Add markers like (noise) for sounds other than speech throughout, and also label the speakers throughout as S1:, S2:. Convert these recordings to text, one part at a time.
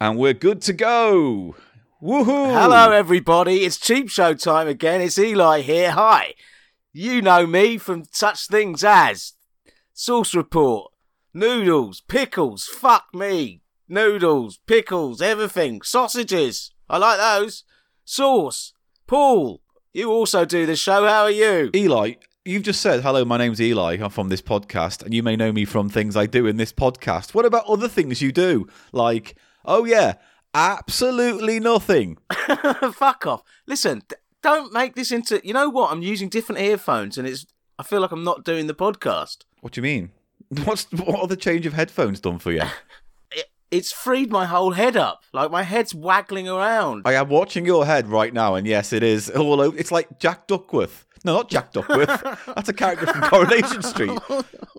S1: And we're good to go. Woohoo!
S2: Hello, everybody. It's Cheap Show time again. It's Eli here. Hi. You know me from such things as Sauce Report, Noodles, Pickles, fuck me. Noodles, pickles, everything, sausages. I like those. Sauce, Paul. You also do the show. How
S1: (laughs)
S2: are you?
S1: Eli, you've just said, hello, my name's Eli. I'm from this podcast, and you may know me from things I do in this podcast. What about other things you do? Like, oh, yeah, absolutely nothing.
S2: Fuck off. Listen, d- don't make this into. You know what? I'm using different earphones, and it's. I feel like I'm not doing the podcast.
S1: What do you mean? (laughs) What's what are the change of headphones done for you?
S2: It, it's freed my whole head up. Like my head's waggling around.
S1: I am watching your head right now, and yes, it is all over. It's like Jack Duckworth. No, not Jack
S2: (laughs)
S1: Duckworth. That's a character from Coronation Street.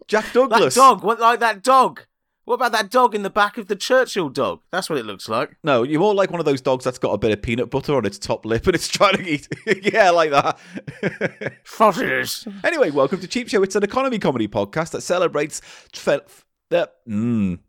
S1: Jack
S2: that
S1: Douglas.
S2: dog. What like that dog? What about that dog in the back of the Churchill dog? That's what it looks like.
S1: No, you're more like one of those dogs that's got a bit of peanut butter on its top lip and it's trying to eat. (laughs) yeah, like that.
S2: Sausages.
S1: (laughs) anyway, welcome to Cheap Show. It's an economy comedy podcast that celebrates. Tfe- f- the- mm.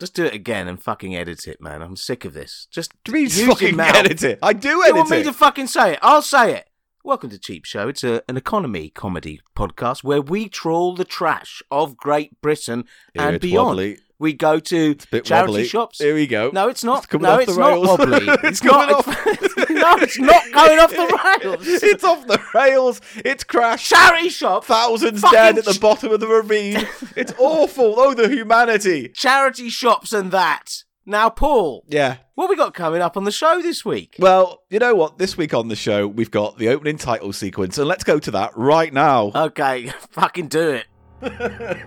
S2: Just do it again and fucking edit it, man. I'm sick of this. Just
S1: Do you mean
S2: use your
S1: fucking
S2: mouth.
S1: edit it? I do
S2: You want
S1: edit
S2: me
S1: it.
S2: to fucking say it? I'll say it. Welcome to Cheap Show. It's a, an economy comedy podcast where we trawl the trash of Great Britain and
S1: it's
S2: beyond.
S1: wobbly.
S2: We go to
S1: bit
S2: charity
S1: wobbly.
S2: shops.
S1: Here we go. (laughs)
S2: No, it's not.
S1: It's coming
S2: no,
S1: off
S2: it's
S1: the
S2: not
S1: rails.
S2: wobbly.
S1: (laughs) It's
S2: not.
S1: coming
S2: (laughs) no, it's not going off the rails.
S1: (laughs) it's off the rails. It's crashed.
S2: Charity shop.
S1: Thousands
S2: Fucking
S1: dead at the
S2: sh-
S1: bottom of the ravine.
S2: (laughs)
S1: It's awful. Oh, the humanity.
S2: charity shops and that. Now, Paul,
S1: Yeah.
S2: what we got coming up on the show this week?
S1: Well, you know what? This week on the show, we've got the opening title sequence, and let's go to that right now.
S2: Okay, (laughs) fucking do it.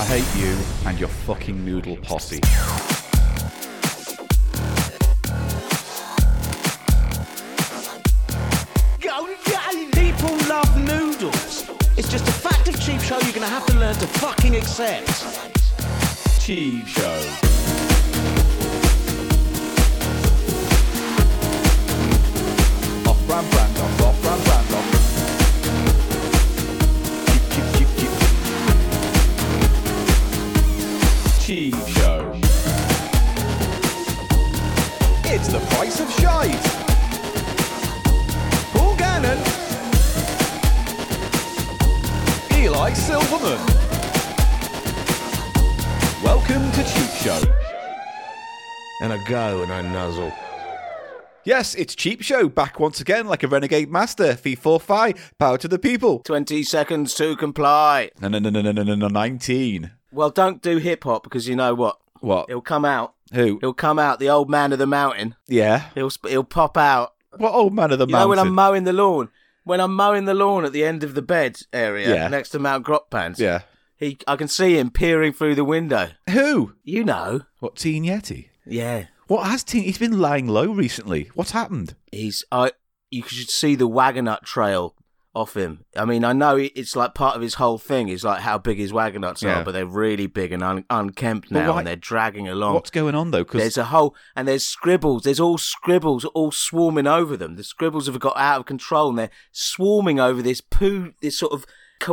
S1: I hate you and your fucking noodle posse.
S3: People love noodles. It's just a fact of cheap show you're gonna have to learn to fucking accept.
S1: Cheap show. Off-brand brand off, off-brand brand off. Cheap show. It's the price of shite. Paul Gannon. Eli Silverman. Welcome to Cheap Show.
S3: And I go and I nuzzle.
S1: Yes, it's Cheap Show, back once again like a renegade master. Fee four fi, power to the people.
S2: 20 seconds to comply.
S1: No, no, no, no, no, no, no, no, 19.
S2: Well, don't do hip hop because you know what?
S1: What?
S2: It'll come out.
S1: Who?
S2: It'll come out. The old man of the mountain.
S1: Yeah.
S2: He'll sp- he'll pop out.
S1: What old man of the
S2: You know
S1: mountain?
S2: when I'm mowing the lawn. When I'm mowing the lawn at the end of the bed area
S1: Yeah.
S2: next to Mount Grotpans,
S1: yeah.
S2: he I can see him peering through the window.
S1: Who?
S2: You know,
S1: What, Teen Yeti?
S2: yeah,
S1: What has Teen... He's been lying low recently. What's happened?
S2: he's I. You should see the Wagonut trail off him. I mean, I know it- it's like part of his whole thing is like how big his Wagonuts
S1: Yeah.
S2: are, but they're really big and un- unkempt
S1: But
S2: now,
S1: why-
S2: and they're dragging along.
S1: What's going on, though? Because...
S2: Oh, There's a whole, and there's scribbles. There's all scribbles, all swarming over them. The scribbles have got out of control, and they're swarming over this poo, this sort of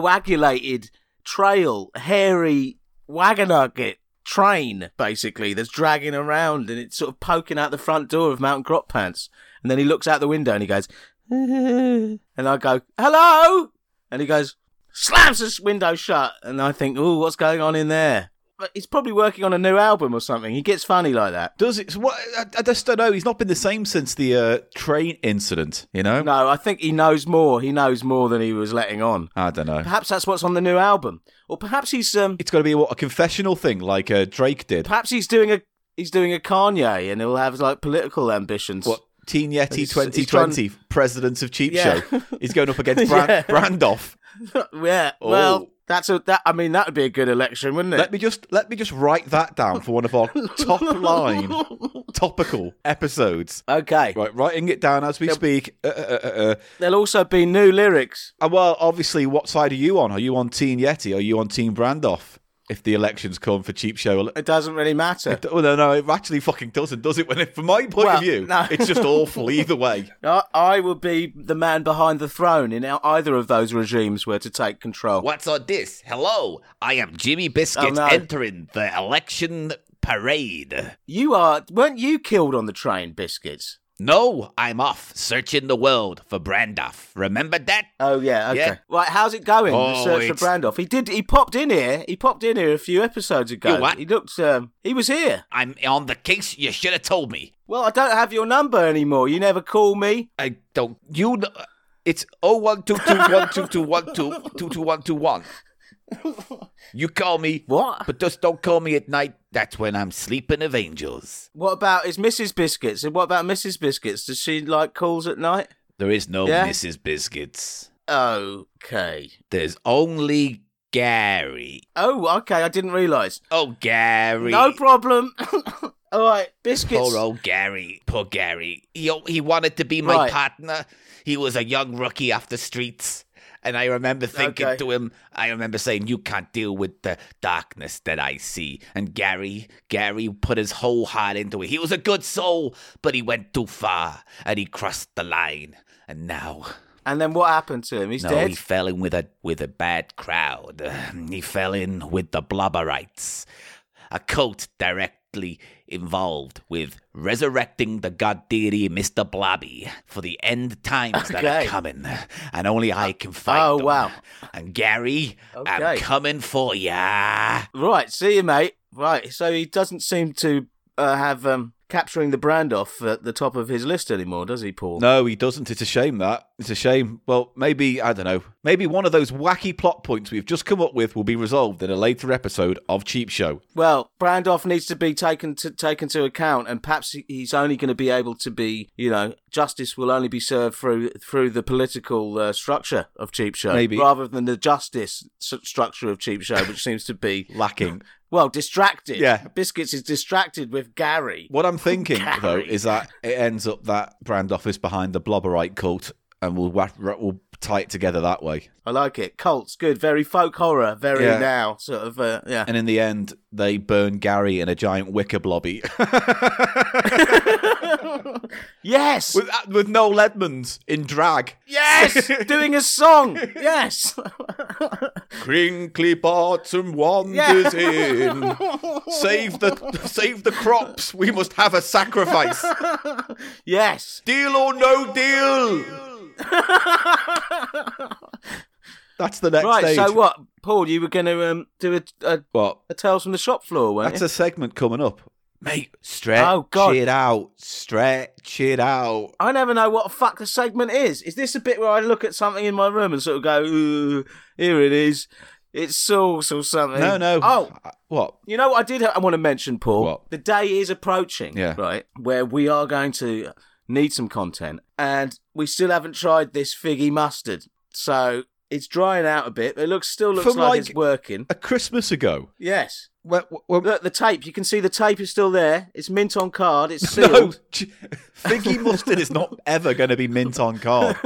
S2: coagulated trail, hairy wagonugget train, basically that's dragging around, and it's sort of poking out the front door of Mount Grot Pants. And then he looks out the window and he goes, (laughs) and I go, hello, and he goes, slams this window shut, and I think, oh, what's going on in there? But he's probably working on a new album or something. He gets funny like that.
S1: Does it? so What? I, I just don't know. He's not been the same since the uh, train incident, you know?
S2: No, I think he knows more. He knows more than he was letting on.
S1: I don't know.
S2: Perhaps that's what's on the new album, or perhaps he's um,
S1: It's got to be, what, a confessional thing like uh, Drake did.
S2: perhaps he's doing a he's doing a Kanye, and he'll have like political ambitions.
S1: What? Teen Yeti
S2: He's- he's
S1: 2020, president of Cheap
S2: Yeah.
S1: Show. He's going up
S2: (laughs)
S1: against Brand-
S2: Yeah.
S1: Brandoff.
S2: yeah.
S1: Oh.
S2: Well, that's a that. I mean, that would be a good election, wouldn't it?
S1: Let me just let me just write that down for one of our top
S2: (laughs)
S1: line topical episodes.
S2: okay.
S1: Right, writing it down as we speak. Uh, uh, uh, uh, uh.
S2: There'll also be new lyrics.
S1: And well, obviously, what side are you on? Are you on Teen Yeti? Are you on Team Brandoff? If the elections come for Cheap Show,
S2: It doesn't really matter.
S1: well, no, no, it actually fucking doesn't, does it? When it, from my point
S2: Well,
S1: of view,
S2: no.
S1: it's just awful either way.
S2: I, I would be the man behind the throne in either of those regimes were to take control.
S4: What's on this? Hello, I am Jimmy Biscuit
S2: Oh, no.
S4: entering the election
S1: parade.
S2: You are. Weren't you killed on the train, Biscuits?
S1: No, I'm off searching the world for Brandoff. Remember that?
S2: Oh yeah, okay.
S1: Yeah.
S2: Right, how's it going?
S1: Oh,
S2: the search
S1: it's-
S2: for Brandoff. He did. He popped in here. He popped in here a few episodes ago.
S1: You what?
S2: He looked. Um, he was here.
S1: I'm on the case. You should have told me.
S2: Well, I don't have your number anymore. You never call me.
S1: I don't. You. kn- It's oh one two two one two two one two two two one two one. You call me,
S2: What?
S1: but just don't call me at night. That's when I'm sleeping of angels.
S2: What about is Mrs. Biscuits? And what about Mrs. Biscuits? Does she like calls at night?
S1: There is no
S2: Yeah?
S1: Mrs. Biscuits.
S2: Okay.
S1: There's only Gary.
S2: Oh, okay. I didn't realise.
S1: Oh, Gary.
S2: No problem. (coughs) All right, biscuits.
S1: Poor old Gary. Poor Gary. He, he wanted to be my
S2: Right.
S1: partner. He was a young rookie off the streets. And I remember thinking
S2: Okay.
S1: to him, I remember saying, You can't deal with the darkness that I see. And Gary, Gary put his whole heart into it. He was a good soul, but he went too far and he crossed the line. And now.
S2: And then what happened to him? He's
S1: No,
S2: dead.
S1: he fell in with a with a bad crowd. He fell in with the Blobberites, a cult directly involved with resurrecting the god deity Mr. Blobby for the end times that
S2: Okay.
S1: are coming, and only I can fight
S2: Oh,
S1: them.
S2: wow.
S1: And Gary, I'm
S2: Okay.
S1: coming for ya.
S2: Right. See you, mate. Right. So he doesn't seem to uh, have um, capturing the brand off at the top of his list anymore, does he, Paul?
S1: No, he doesn't. It's a shame that. It's a shame. Well, maybe, I don't know, maybe one of those wacky plot points we've just come up with will be resolved in a later episode of Cheap Show.
S2: Well, Brandoff needs to be taken to taken to account, and perhaps he- he's only going to be able to be, you know, justice will only be served through through the political uh, structure of Cheap Show,
S1: Maybe.
S2: rather than the justice s- structure of Cheap Show, which seems to be
S1: Lacking.
S2: well distracted.
S1: Yeah.
S2: Biscuits is distracted with Gary.
S1: What I'm thinking though
S2: Gary.
S1: is that it ends up that brand office behind the Blobberite cult, and we'll wa- ra- we'll tie it together that way.
S2: I like it. Cults, good, very folk horror, very
S1: Yeah.
S2: now sort of. Uh, yeah,
S1: And in the end, they burn Gary in a giant wicker blobby (laughs)
S2: yes,
S1: with uh, with Noel Edmonds in drag.
S2: yes, doing a song, yes.
S1: (laughs) Crinkly bottom wanders
S2: (laughs)
S1: in. Save the save the crops. We must have a
S2: (laughs)
S1: sacrifice.
S2: Yes.
S1: Deal or no
S2: (laughs)
S1: deal. That's the next
S2: Right.
S1: stage.
S2: So what, Paul? You were going to um, do a, a,
S1: What?
S2: a tales from the shop floor, weren't
S1: That's
S2: you?
S1: a segment coming up. Mate, stretch
S2: Oh, God.
S1: it out. Stretch it out.
S2: I never know what the fuck the segment is. Is this a bit where I look at something in my room and sort of go, Ooh, "Here it is, it's sauce or something"?
S1: No, no.
S2: Oh,
S1: Uh, What?
S2: You know what I did I want to mention, Paul?
S1: What?
S2: The day is approaching,
S1: Yeah.
S2: right, where we are going to need some content, and we still haven't tried this figgy mustard, so it's drying out a bit. But it looks still looks
S1: From,
S2: like,
S1: like-
S2: it's working.
S1: A Christmas ago.
S2: Yes.
S1: When, when,
S2: Look, the tape. You can see the tape is still there. It's mint on
S1: (laughs)
S2: card. It's
S1: no,
S2: sealed.
S1: ch- Figgy Mustard is not ever going to be mint on
S2: (laughs)
S1: card.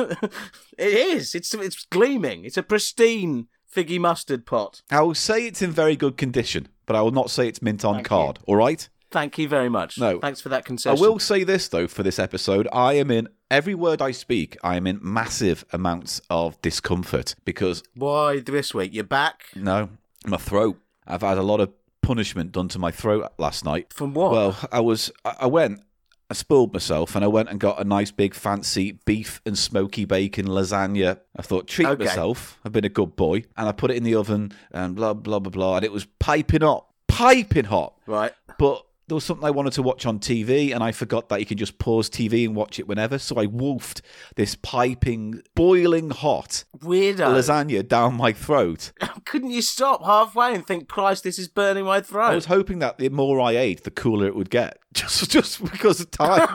S2: It is. It's it's gleaming. It's a pristine figgy mustard pot.
S1: I will say it's in very good condition, but I will not say it's mint on card, all right?
S2: Thank you very much.
S1: No.
S2: Thanks for that
S1: I
S2: concession.
S1: will say this, though, for this episode. I am in, every word I speak, I am in massive amounts of discomfort because
S2: Why this week? You're back
S1: No, my throat. I've had a lot of punishment done to my throat last night.
S2: from what?
S1: Well, I was, I I went, I spoiled myself, and I went and got a nice big fancy beef and smoky bacon lasagna. I thought treat
S2: Okay.
S1: myself. I've been a good boy, and I put it in the oven and blah blah blah blah, and it was piping hot, piping hot.
S2: right.
S1: But there was something I wanted to watch on TV, and I forgot that you can just pause TV and watch it whenever. So I wolfed this piping, boiling hot
S2: Weirdo.
S1: lasagna down my throat.
S2: Couldn't you stop halfway and think, Christ, this is burning my
S1: I was
S2: throat?
S1: hoping that the more I ate, the cooler it would get, (laughs) just just because of time.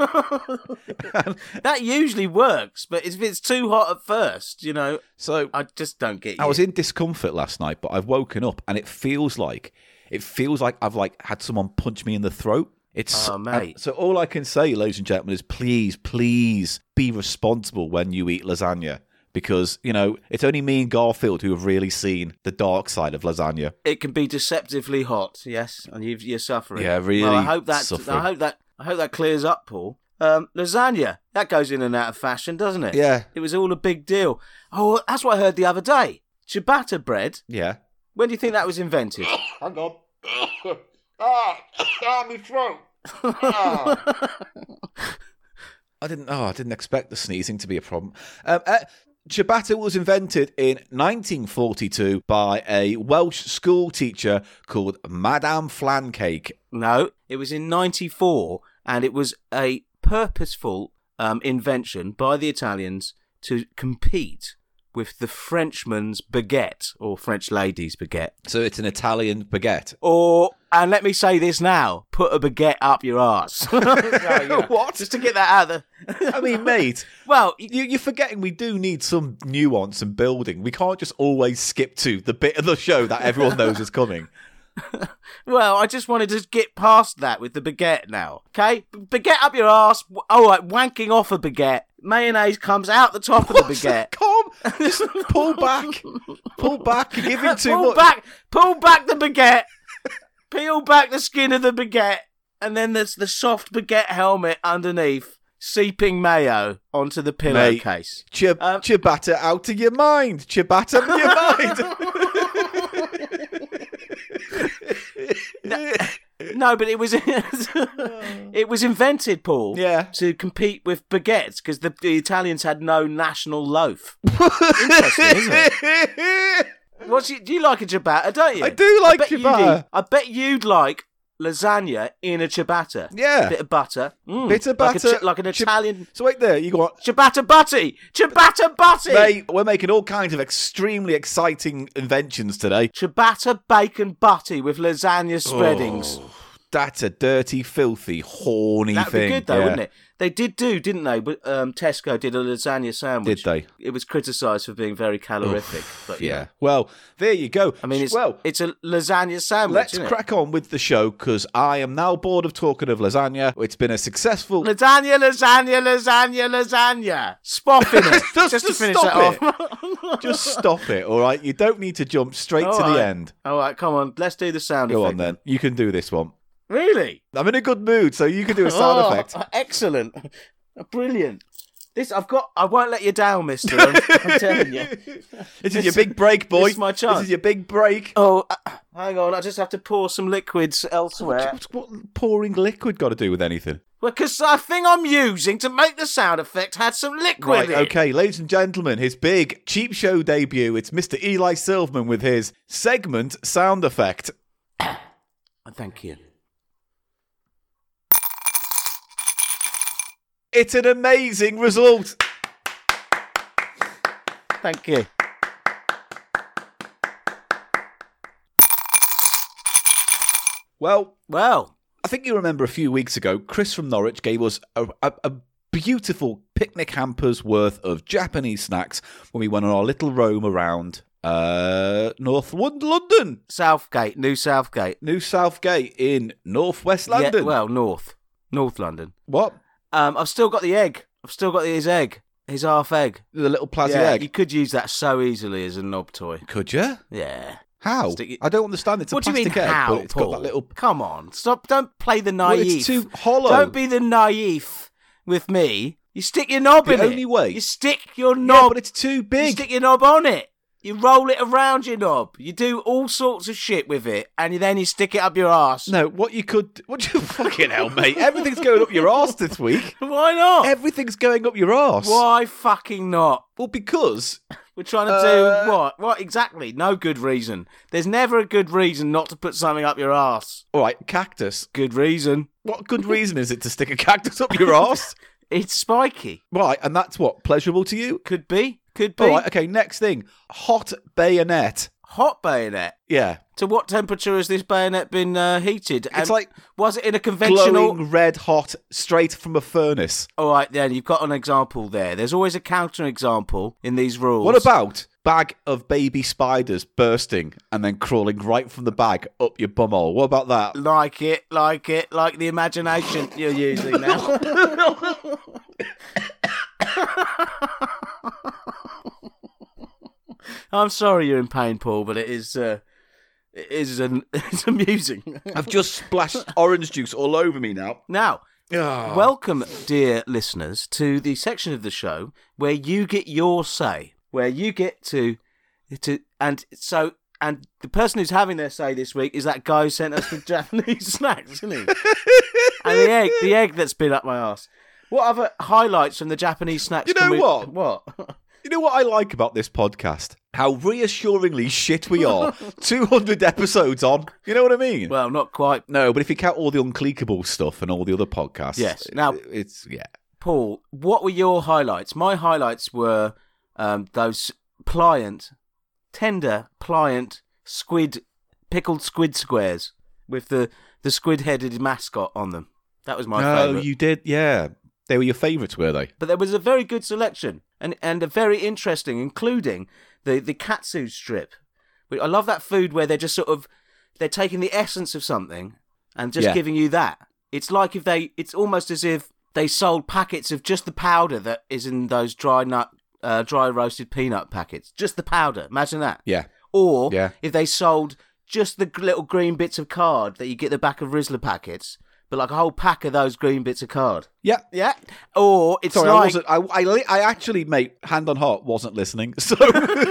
S2: that usually works, but if it's too hot at first, you know,
S1: so
S2: I just don't get you.
S1: I was in discomfort last night, but I've woken up and it feels like it feels like I've like had someone punch me in the throat. It's
S2: Oh, mate.
S1: and so all I can say, ladies and gentlemen, is please, please be responsible when you eat lasagna. Because, you know, it's only me and Garfield who have really seen the dark side of lasagna.
S2: it can be deceptively hot, yes, and you've, you're suffering.
S1: Yeah,
S2: Well,
S1: really
S2: I hope that
S1: suffering.
S2: I hope that I hope that clears up, Paul. Um, lasagna that goes in and out of fashion, doesn't it?
S1: Yeah.
S2: it was all a big deal. Oh, that's what I heard the other day. Ciabatta bread.
S1: Yeah.
S2: When do you think that was invented?
S1: Hang on.
S5: Ah, ah, my throat. Ah.
S1: I didn't. Oh, I didn't expect the sneezing to be a problem. Um, uh, ciabatta was invented in 1942 by a Welsh school teacher called Madame Flancake.
S2: No, it was in 94 and it was a purposeful um, invention by the Italians to compete with the Frenchman's baguette or French lady's baguette.
S1: So it's an Italian baguette.
S2: Or, and let me say this now, put a baguette up your (laughs) arse. So, Oh, yeah.
S1: What?
S2: Just to get that out of the...
S1: (laughs) I mean, mate,
S2: (laughs) Well, y-
S1: you, you're forgetting we do need some nuance and building. We can't just always skip to the bit of the show that everyone knows is coming.
S2: well, I just wanted to get past that with the baguette now. Okay? B- Baguette up your arse. W- All right, wanking off a baguette. Mayonnaise comes out the top of the (laughs) baguette.
S1: Come, just pull back, pull back. You're giving (laughs) too
S2: pull
S1: much.
S2: back, pull back the baguette, peel back the skin of the baguette, and then there's the soft baguette helmet underneath, seeping mayo onto the pillowcase.
S1: Chib-
S2: Um,
S1: Chibata out of your mind. Chibata of your
S2: (laughs)
S1: (laughs) mind.
S2: No, but it was (laughs) it was invented, Paul,
S1: Yeah.
S2: to compete with baguettes because the, the Italians had no national loaf. What's you, do you like a ciabatta, don't you?
S1: I do like
S2: bet you
S1: ciabatta.
S2: do. I bet you'd like lasagna in a ciabatta.
S1: Yeah.
S2: bit of butter, mm,
S1: Bit of
S2: like a
S1: butter,
S2: chi- like an
S1: chib-
S2: Italian
S1: so wait there, you got
S2: Ciabatta Butty! Ciabatta Butty!
S1: mate, we're making all kinds of extremely exciting inventions today.
S2: Ciabatta bacon butty with lasagna spreadings.
S1: Oh, That's a dirty, filthy, horny
S2: That'd
S1: thing.
S2: be good though,
S1: Yeah.
S2: wouldn't it? They did do, didn't they? But um, Tesco did a lasagna sandwich.
S1: Did
S2: It was criticised for being very calorific. but you
S1: Yeah.
S2: know.
S1: Well, there you go.
S2: I mean, it's
S1: well,
S2: it's a lasagna sandwich.
S1: Let's
S2: isn't it?
S1: crack on with the show because I am now bored of talking of lasagna. It's been a successful.
S2: (laughs) Lasagna, lasagna, lasagna, lasagna. Spoffing it.
S1: (laughs) Just
S2: just
S1: (laughs)
S2: to
S1: to
S2: finish
S1: stop
S2: that
S1: it.
S2: off.
S1: Just stop it, all right? You don't need to jump straight
S2: All
S1: to
S2: right.
S1: the end.
S2: All right, come on. Let's do the sound
S1: Go
S2: effect.
S1: on then. You can do this one.
S2: Really?
S1: I'm in a good mood, so you can do a sound
S2: Oh, (laughs)
S1: effect.
S2: Excellent. Brilliant. This I've got. I won't let you down, Mister. I'm, I'm
S1: (laughs)
S2: telling you.
S1: This is your big break, boy.
S2: this is my chance.
S1: This is your big break.
S2: Oh, uh, hang on. I just have to pour some liquids elsewhere.
S1: What's what pouring liquid got to do with anything?
S2: Because the thing I'm using to make the sound effect had some liquid
S1: Right,
S2: in.
S1: okay, ladies and gentlemen, his big cheap show debut. It's Mr. Eli Silverman with his segment sound effect.
S2: Oh, Thank you.
S1: It's an amazing result.
S2: Thank you.
S1: Well,
S2: Well,
S1: I think you remember a few weeks ago, Chris from Norwich gave us a, a, a beautiful picnic hamper's worth of Japanese snacks when we went on our little roam around uh, North Won- London,
S2: Southgate, New Southgate.
S1: New Southgate in North West London.
S2: Yeah, well, North, North London.
S1: what?
S2: Um, I've still got the egg. I've still got his egg. His half egg.
S1: The little plastic
S2: yeah,
S1: egg.
S2: you could use that so easily as a knob toy.
S1: Could you?
S2: Yeah.
S1: How?
S2: Stick it-
S1: I don't understand. It's a
S2: what do you
S1: plastic
S2: mean
S1: egg,
S2: how,
S1: but it's
S2: Paul?
S1: got that little.
S2: Come on, stop! Don't play the
S1: Well,
S2: naive.
S1: it's too hollow.
S2: Don't be the naive with me. You stick your knob
S1: The
S2: in
S1: only
S2: it.
S1: way-
S2: You stick your
S1: Yeah,
S2: knob.
S1: but it's too
S2: You
S1: big.
S2: stick your knob on it. You roll it around your knob. You do all sorts of shit with it, and then you stick it up your ass.
S1: No, what you could. What you (laughs) fucking hell, mate? Everything's going up your arse this week.
S2: Why not?
S1: Everything's going up your arse.
S2: Why fucking not?
S1: Well, because
S2: We're trying to
S1: Uh,
S2: do what? What exactly? No good reason. There's never a good reason not to put something up your ass.
S1: All right, cactus.
S2: Good reason.
S1: What good reason is it to stick a cactus up your (laughs) arse?
S2: It's spiky.
S1: right, and that's what pleasurable to you.
S2: Could be. Could be.
S1: All right, okay. Next thing, hot bayonet.
S2: Hot bayonet.
S1: Yeah,
S2: To what temperature has this bayonet been uh, heated?
S1: it's like
S2: was it in a conventional?
S1: glowing red hot, straight from a furnace.
S2: All right, then you've got an example there. There's always a counterexample in these rules.
S1: What about bag of baby spiders bursting and then crawling right from the bag up your bumhole? What about that?
S2: like it, like it, like the imagination you're
S1: (laughs)
S2: using now? I'm sorry you're in pain, Paul, but it is uh, it is an, (laughs) it's amusing.
S1: I've just splashed orange juice all over me now.
S2: now,
S1: Ah.
S2: Welcome, dear listeners, to the section of the show where you get your say, where you get to, to, and so And the person who's having their say this week is that guy who sent us the (laughs) Japanese snacks, isn't he? and the egg, the egg that's been up my ass. What other highlights from the Japanese snacks?
S1: You
S2: can
S1: know
S2: we-
S1: what?
S2: What? (laughs)
S1: You know what I like about this podcast? How reassuringly shit we are.
S2: (laughs)
S1: 200 episodes on. You know what I mean?
S2: well, not quite.
S1: no, but if you count all the unclickable stuff and all the other podcasts.
S2: Yes.
S1: it-
S2: Now-
S1: it's, yeah.
S2: Paul, what were your highlights? My highlights were um, those pliant, tender, pliant squid, pickled squid squares with the, the squid headed mascot on them. That was my
S1: No,
S2: favourite.
S1: you did. Yeah. They were your favourites, were they?
S2: But there was a very good selection and, and a very interesting, including the, the katsu strip. We- I love that food where they're just sort of they're taking the essence of something and just
S1: Yeah.
S2: giving you that. It's like if they it's almost as if they sold packets of just the powder that is in those dry nut uh, dry roasted peanut packets. Just the powder. Imagine that.
S1: Yeah.
S2: Or
S1: Yeah.
S2: if they sold just the g- little green bits of card that you get at the back of Rizzler packets, but like a whole pack of those green bits of card.
S1: Yeah.
S2: Yeah. Or it's
S1: Sorry,
S2: like
S1: I wasn't. I, I, li- I actually, mate, hand on heart, wasn't listening. (laughs)
S2: (laughs)
S1: So,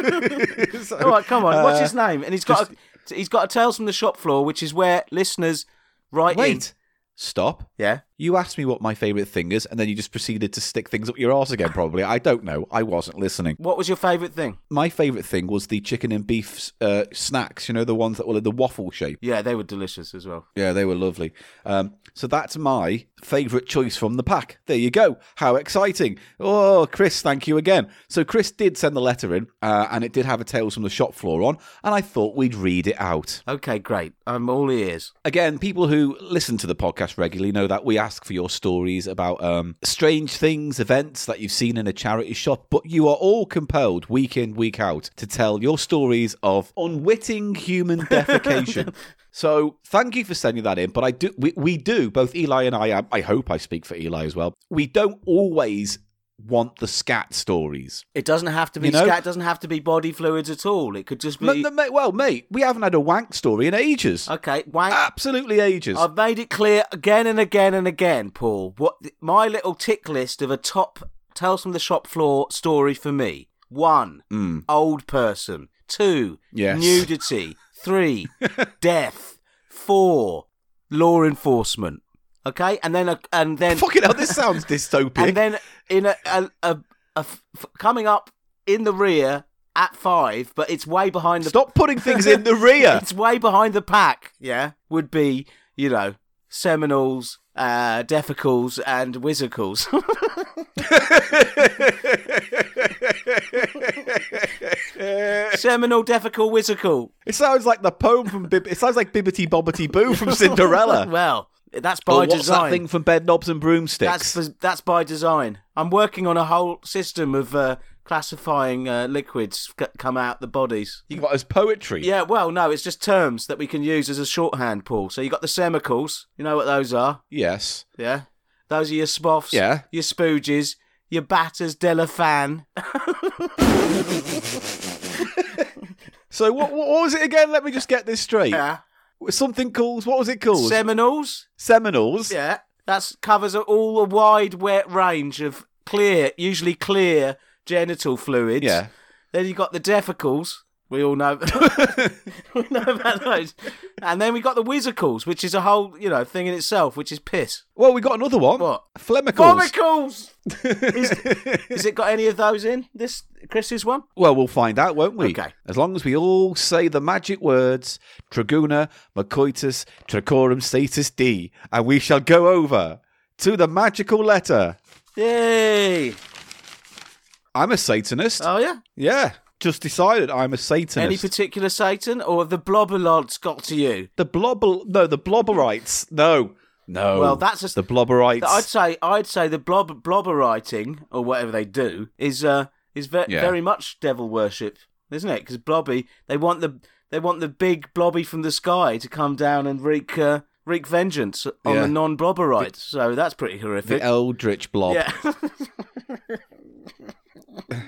S1: So,
S2: All right, come on. What's
S1: uh,
S2: his name? And he's got a, he's got a tales from the shop floor, which is where listeners write in.
S1: Wait, stop.
S2: Yeah.
S1: You asked me what my favourite thing is, and then you just proceeded to stick things up your arse again. Probably, I don't know. I wasn't listening.
S2: What was your favourite thing?
S1: My favourite thing was the chicken and beef uh, snacks. You know the ones that were in the waffle shape.
S2: Yeah, they were delicious as well.
S1: Yeah, they were lovely. Um, so that's my favourite choice from the pack. There you go. How exciting! Oh, Chris, thank you again. So Chris did send the letter in, uh, and it did have a tales from the shop floor on, and I thought we'd read it out.
S2: Okay, great. I'm all ears.
S1: again, people who listen to the podcast regularly know that we ask for your stories about um, strange things, events that you've seen in a charity shop, but you are all compelled week in, week out to tell your stories of unwitting
S2: (laughs)
S1: human defecation. So thank you for sending that in, but I do we, we do both Eli and I. I- I hope I speak for Eli as well. We don't always want the scat stories.
S2: It doesn't have to be
S1: You know-
S2: scat. Doesn't have to be body fluids at all. It could just be
S1: Ma- ma- well, mate, we haven't had a wank story in ages.
S2: okay. Wank.
S1: Absolutely ages.
S2: I've made it clear again and again and again, Paul. What my little tick list of a top tales from the shop floor story for me: one,
S1: Hmm.
S2: old person; two,
S1: Yes.
S2: nudity; three, death; four, law enforcement. Okay, and then a, and then
S1: Fucking hell, this sounds dystopic.
S2: and then in a, a, a, a f- coming up in the rear at five, but it's way behind the
S1: Stop putting things in the
S2: (laughs)
S1: rear.
S2: it's way behind the pack. Yeah, would be you know Seminoles, uh, Deficals, and Whizzicals. (laughs) Seminole, Defical, Whizzical.
S1: It sounds like the poem from Bib- it sounds like Bibbity Bobbity
S2: (laughs)
S1: Boo from Cinderella.
S2: Well, that's by
S1: or what's
S2: design.
S1: that thing from Bed Knobs and Broomsticks?
S2: that's that's by design. I'm working on a whole system of uh, classifying uh, liquids c- come out the bodies.
S1: you got as poetry.
S2: Yeah, well, no, it's just terms that we can use as a shorthand, Paul. So you got the semicals. You know what those are?
S1: Yes.
S2: Yeah. Those are your spoffs.
S1: Yeah.
S2: Your spooges. Your batters Delafan.
S1: So what, what what was it again? Let me just get this straight.
S2: Yeah.
S1: Something called what was it called?
S2: Seminoles.
S1: Seminoles.
S2: Yeah. That's covers all a wide wet range of clear, usually clear genital fluids.
S1: Yeah.
S2: Then you got the defecals. We all know (laughs) we know about those. And then we got the whizzicals, which is a whole, you know, thing in itself, which is piss.
S1: Well, we got another one.
S2: What?
S1: Flemicles.
S2: Vomicals! is,
S1: (laughs)
S2: has it got any of those in this Chris's one?
S1: Well, we'll find out, won't we?
S2: Okay.
S1: As long as we all say the magic words, Traguna, Macoitus, Tracorum Status D, and we shall go over to the magical letter.
S2: Yay!
S1: I'm a Satanist.
S2: Oh yeah.
S1: yeah. Just decided I'm a Satanist.
S2: Any particular Satan or have the blobberlods got to you?
S1: the blobber, no, the blobberites. No, no.
S2: Well, that's just-
S1: the blobberites.
S2: I'd say I'd say the blob blobber writing or whatever they do is uh is ve-
S1: Yeah.
S2: very much devil worship, isn't it? Because blobby they want the they want the big blobby from the sky to come down and wreak uh, wreak vengeance on
S1: Yeah.
S2: the non blobberites. So that's pretty horrific.
S1: the Eldritch blob.
S2: yeah. (laughs)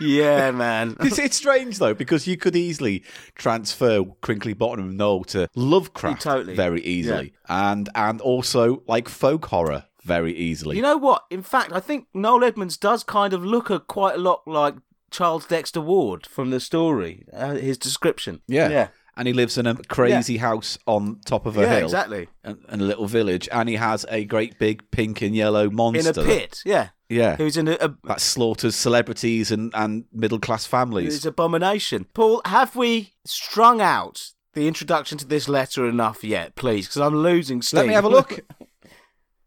S2: yeah, man.
S1: (laughs) It's, it's strange though because you could easily transfer Crinkly Bottom and Knoll to Lovecraft
S2: Totally.
S1: very easily, and and also like folk horror very easily.
S2: You know what? In fact, I think Noel Edmonds does kind of look a, quite a lot like Charles Dexter Ward from the story, uh, his description.
S1: Yeah.
S2: Yeah.
S1: And he lives in a crazy house on top of a
S2: Yeah,
S1: hill.
S2: exactly.
S1: And, and a little village. And he has a great big pink and yellow monster.
S2: In a
S1: that-
S2: pit, yeah.
S1: yeah.
S2: Who's in a, a
S1: that slaughters celebrities and, and middle class
S2: It's
S1: families.
S2: abomination. Paul, have we strung out the introduction to this letter enough yet, please? Because I'm losing steam.
S1: Let me have a look.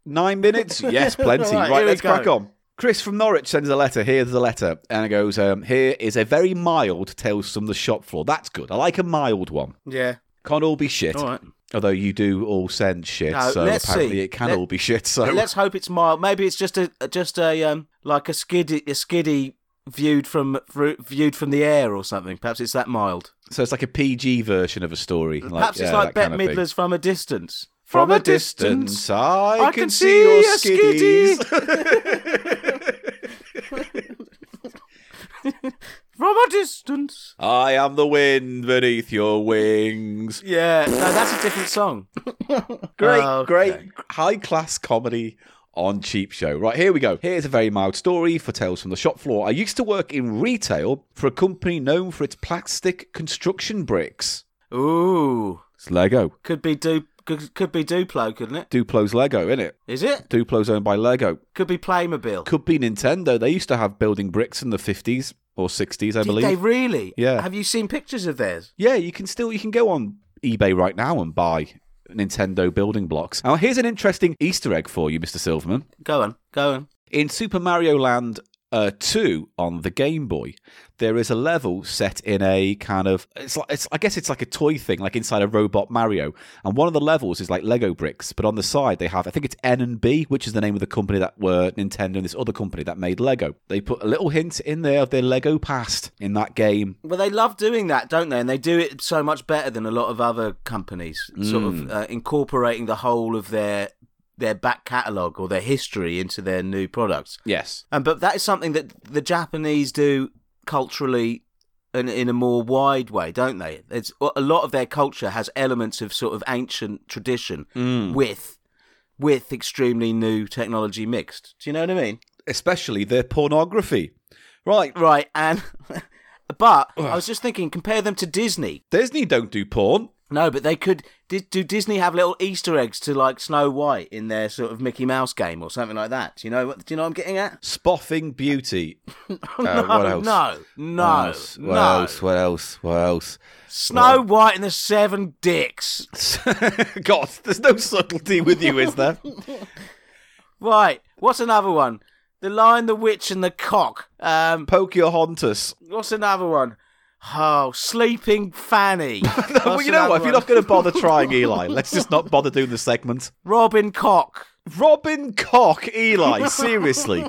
S1: Nine
S2: (laughs)
S1: minutes? Yes, plenty. right,
S2: Right, here we
S1: let's
S2: go.
S1: crack on. Chris from Norwich sends a letter. Here's the letter. And it goes, um, Here is a very mild Tales from the Shop Floor. That's good. I like a mild one.
S2: (laughs) yeah.
S1: Can't all be shit.
S2: All right.
S1: Although you do all send shit,
S2: No,
S1: so
S2: let's
S1: apparently
S2: see.
S1: it can
S2: Let-
S1: all be shit. So
S2: Let's hope it's mild. Maybe it's just a just a um like a skiddy a skiddy viewed from fru- viewed from the air or something. Perhaps it's that mild.
S1: (laughs) So it's like a PG version of a story. Like,
S2: Perhaps it's
S1: yeah,
S2: like
S1: that
S2: Bette
S1: kind of thing.
S2: Midler's from a distance.
S1: From a distance, I,
S2: I
S1: can see your
S2: skiddies.
S1: skiddies.
S2: From a distance.
S1: I am the wind beneath your wings.
S2: Yeah. No, that's a different song.
S1: (laughs) Great,
S2: Okay.
S1: great, high class comedy on Cheap Show. Right, here we go. Here's a very mild story for Tales from the Shop Floor. I used to work in retail for a company known for its plastic construction bricks.
S2: Ooh.
S1: It's Lego.
S2: Could be du- could, could be Duplo, couldn't it?
S1: Duplo's Lego, innit?
S2: Is it?
S1: Duplo's owned by Lego.
S2: Could be Playmobil.
S1: Could be Nintendo. They used to have building bricks in the 50s or 60s, I
S2: Did
S1: believe.
S2: they really?
S1: Yeah.
S2: Have you seen pictures of theirs?
S1: Yeah, you can still you can go on eBay right now and buy Nintendo building blocks. Now here's an interesting Easter egg for you, Mr. Silverman.
S2: Go on, go on.
S1: In Super Mario Land uh, 2 on the Game Boy, there is a level set in a kind of it's like it's I guess it's like a toy thing, like inside a robot Mario. And one of the levels is like Lego bricks, but on the side they have I think it's N and B, which is the name of the company that were Nintendo and this other company that made Lego. They put a little hint in there of their Lego past in that game.
S2: Well, they love doing that, don't they? And they do it so much better than a lot of other companies, sort
S1: Mm.
S2: of uh, incorporating the whole of their their back catalogue or their history into their new products.
S1: Yes.
S2: And but that is something that the Japanese do culturally and in a more wide way, don't they? It's a lot of their culture has elements of sort of ancient tradition
S1: Mm.
S2: with with extremely new technology mixed. Do you know what I mean?
S1: Especially their pornography. Right.
S2: Right, and (laughs) but I was just thinking, compare them to Disney.
S1: Disney don't do porn.
S2: No, but they could. Did, do Disney have little Easter eggs to like Snow White in their sort of Mickey Mouse game or something like that? Do you know what? Do you know what I'm getting at? (laughs)
S1: Spoffing beauty. Uh,
S2: no,
S1: what else?
S2: no, no,
S1: What else? What
S2: no.
S1: else? What else? What else?
S2: Snow White and the Seven Dicks.
S1: (laughs) God, there's no subtlety with you, is there?
S2: Right. What's another one? The Lion, the Witch, and the Cock. Um.
S1: Poke your hontus.
S2: What's another one? Oh, Sleeping Fanny.
S1: (laughs) well, you know what? If you're not going to bother trying Eli, let's just not bother doing the segment.
S2: Robin Cock.
S1: Robin Cock Eli, seriously.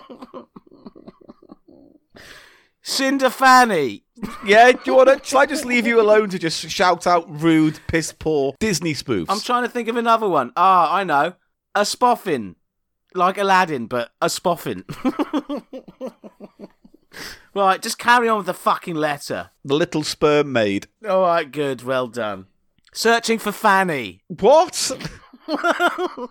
S2: Cinder Fanny.
S1: Yeah, do you want to? Shall I just leave you alone to just shout out rude, piss poor Disney spoofs?
S2: I'm trying to think of another one. Ah, I know. A spoffin. Like Aladdin, but a spoffin. (laughs) right, just carry on with the fucking letter.
S1: the little sperm maid.
S2: All right, good. Well done. Searching for Fanny.
S1: What?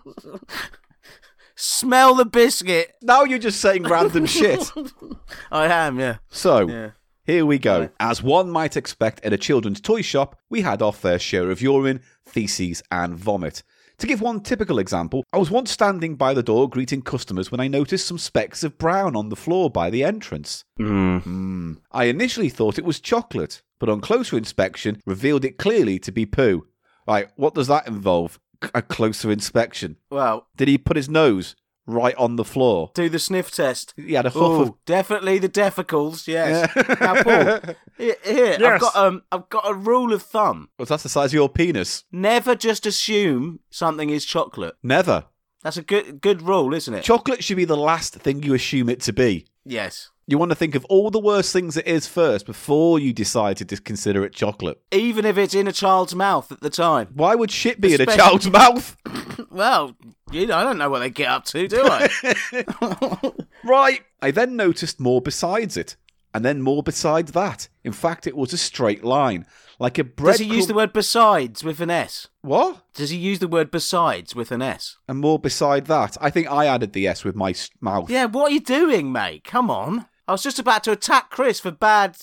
S1: (laughs)
S2: Smell the biscuit.
S1: Now you're just saying random shit.
S2: I am, yeah.
S1: So.
S2: Yeah.
S1: Here we go. As one might expect at a children's toy shop, we had our fair share of urine, feces, and vomit. To give one typical example, I was once standing by the door greeting customers when I noticed some specks of brown on the floor by the entrance. Mm. I initially thought it was chocolate, but on closer inspection, revealed it clearly to be poo. Right, what does that involve? C- A closer inspection.
S2: Well,
S1: Did he put his nose right on the floor?
S2: do the sniff test.
S1: He had a huff of
S2: Oh, definitely the defecals. Yes.
S1: (laughs)
S2: now, Paul, here, here I've
S1: Yes.
S2: got um, I've got a rule of thumb:
S1: Well, that's the size of your penis.
S2: never just assume something is chocolate.
S1: Never.
S2: That's a good good rule, isn't it?
S1: Chocolate should be the last thing you assume it to be.
S2: yes.
S1: You want to think of all the worst things it is first before you decide to dis- consider it chocolate.
S2: Even if it's in a child's mouth at the time.
S1: Why would shit be in a
S2: Especially-
S1: child's mouth?
S2: Well, you know, I don't know what they get up to, do I?
S1: Right. I then noticed more besides it, and then more besides that. In fact, it was a straight line, like a bread.
S2: (laughs) Does he use the word besides with an S?
S1: what?
S2: Does he use the word besides with an S?
S1: And more beside that. I think I added the S with my s- mouth.
S2: Yeah, what are you doing, mate? Come on. I was just about to attack Chris for bad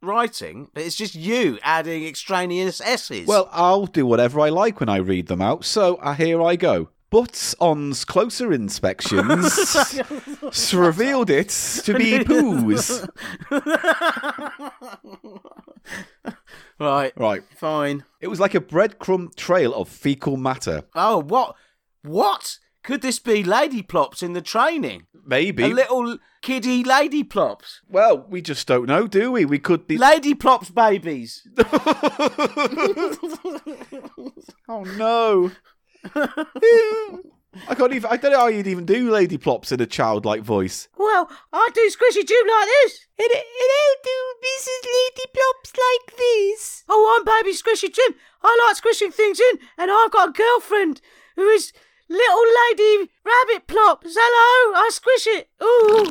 S2: writing, but it's just you adding extraneous S's.
S1: Well, I'll do whatever I like when I read them out, so uh, here I go. Butts on's closer inspections s- revealed it to be poos.
S2: right,
S1: Right.
S2: fine.
S1: It was like a breadcrumb trail of fecal matter.
S2: Oh, what? What? Could this be Lady Plops in the training?
S1: Maybe.
S2: A little kiddie Lady Plops.
S1: well, we just don't know, do we? We could be.
S2: Lady Plops babies.
S1: oh no. I can't even. I don't know how you'd even do Lady Plops in a childlike voice.
S6: Well, I do squishy tube like this. And, and I do Mrs. Lady Plops like this. Oh, I'm baby squishy tube. I like squishing things in, and I've got a girlfriend who is little lady rabbit plops. Hello, I squish it. Ooh,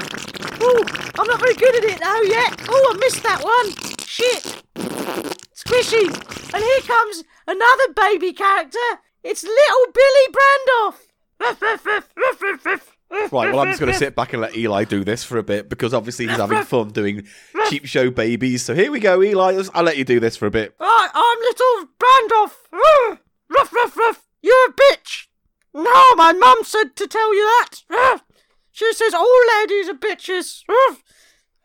S6: ooh, I'm not very good at it though yet. Oh, I missed that one. Shit. Squishy. And here comes another baby character. It's little Billy Brandoff. Ruff, ruff, ruff, ruff, ruff, ruff, ruff,
S1: Right, well, I'm
S6: (laughs)
S1: just going to
S6: ruff,
S1: sit back and let Eli do this for a bit because obviously he's having fun doing cheap show babies. So here we go, Eli. I'll let you do this for a bit.
S6: Right, I'm little Brandoff. Ruff, ruff, ruff, ruff. You're a bitch. No, my mum said to tell you that. Ruff. She says all ladies are bitches. Ruff.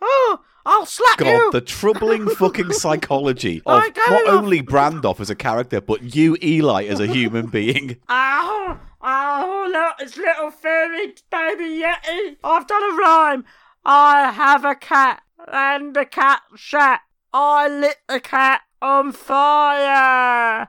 S6: Oh, I'll slap
S1: God,
S6: you.
S1: the troubling fucking psychology of
S6: Right, go
S1: not
S6: on.
S1: only Brandoff as a character, but you, Eli, as a human being.
S6: Ow, ow, look, it's little furry baby Yeti. I've done a rhyme. I have a cat and the cat shat. I lit the cat on fire. Right,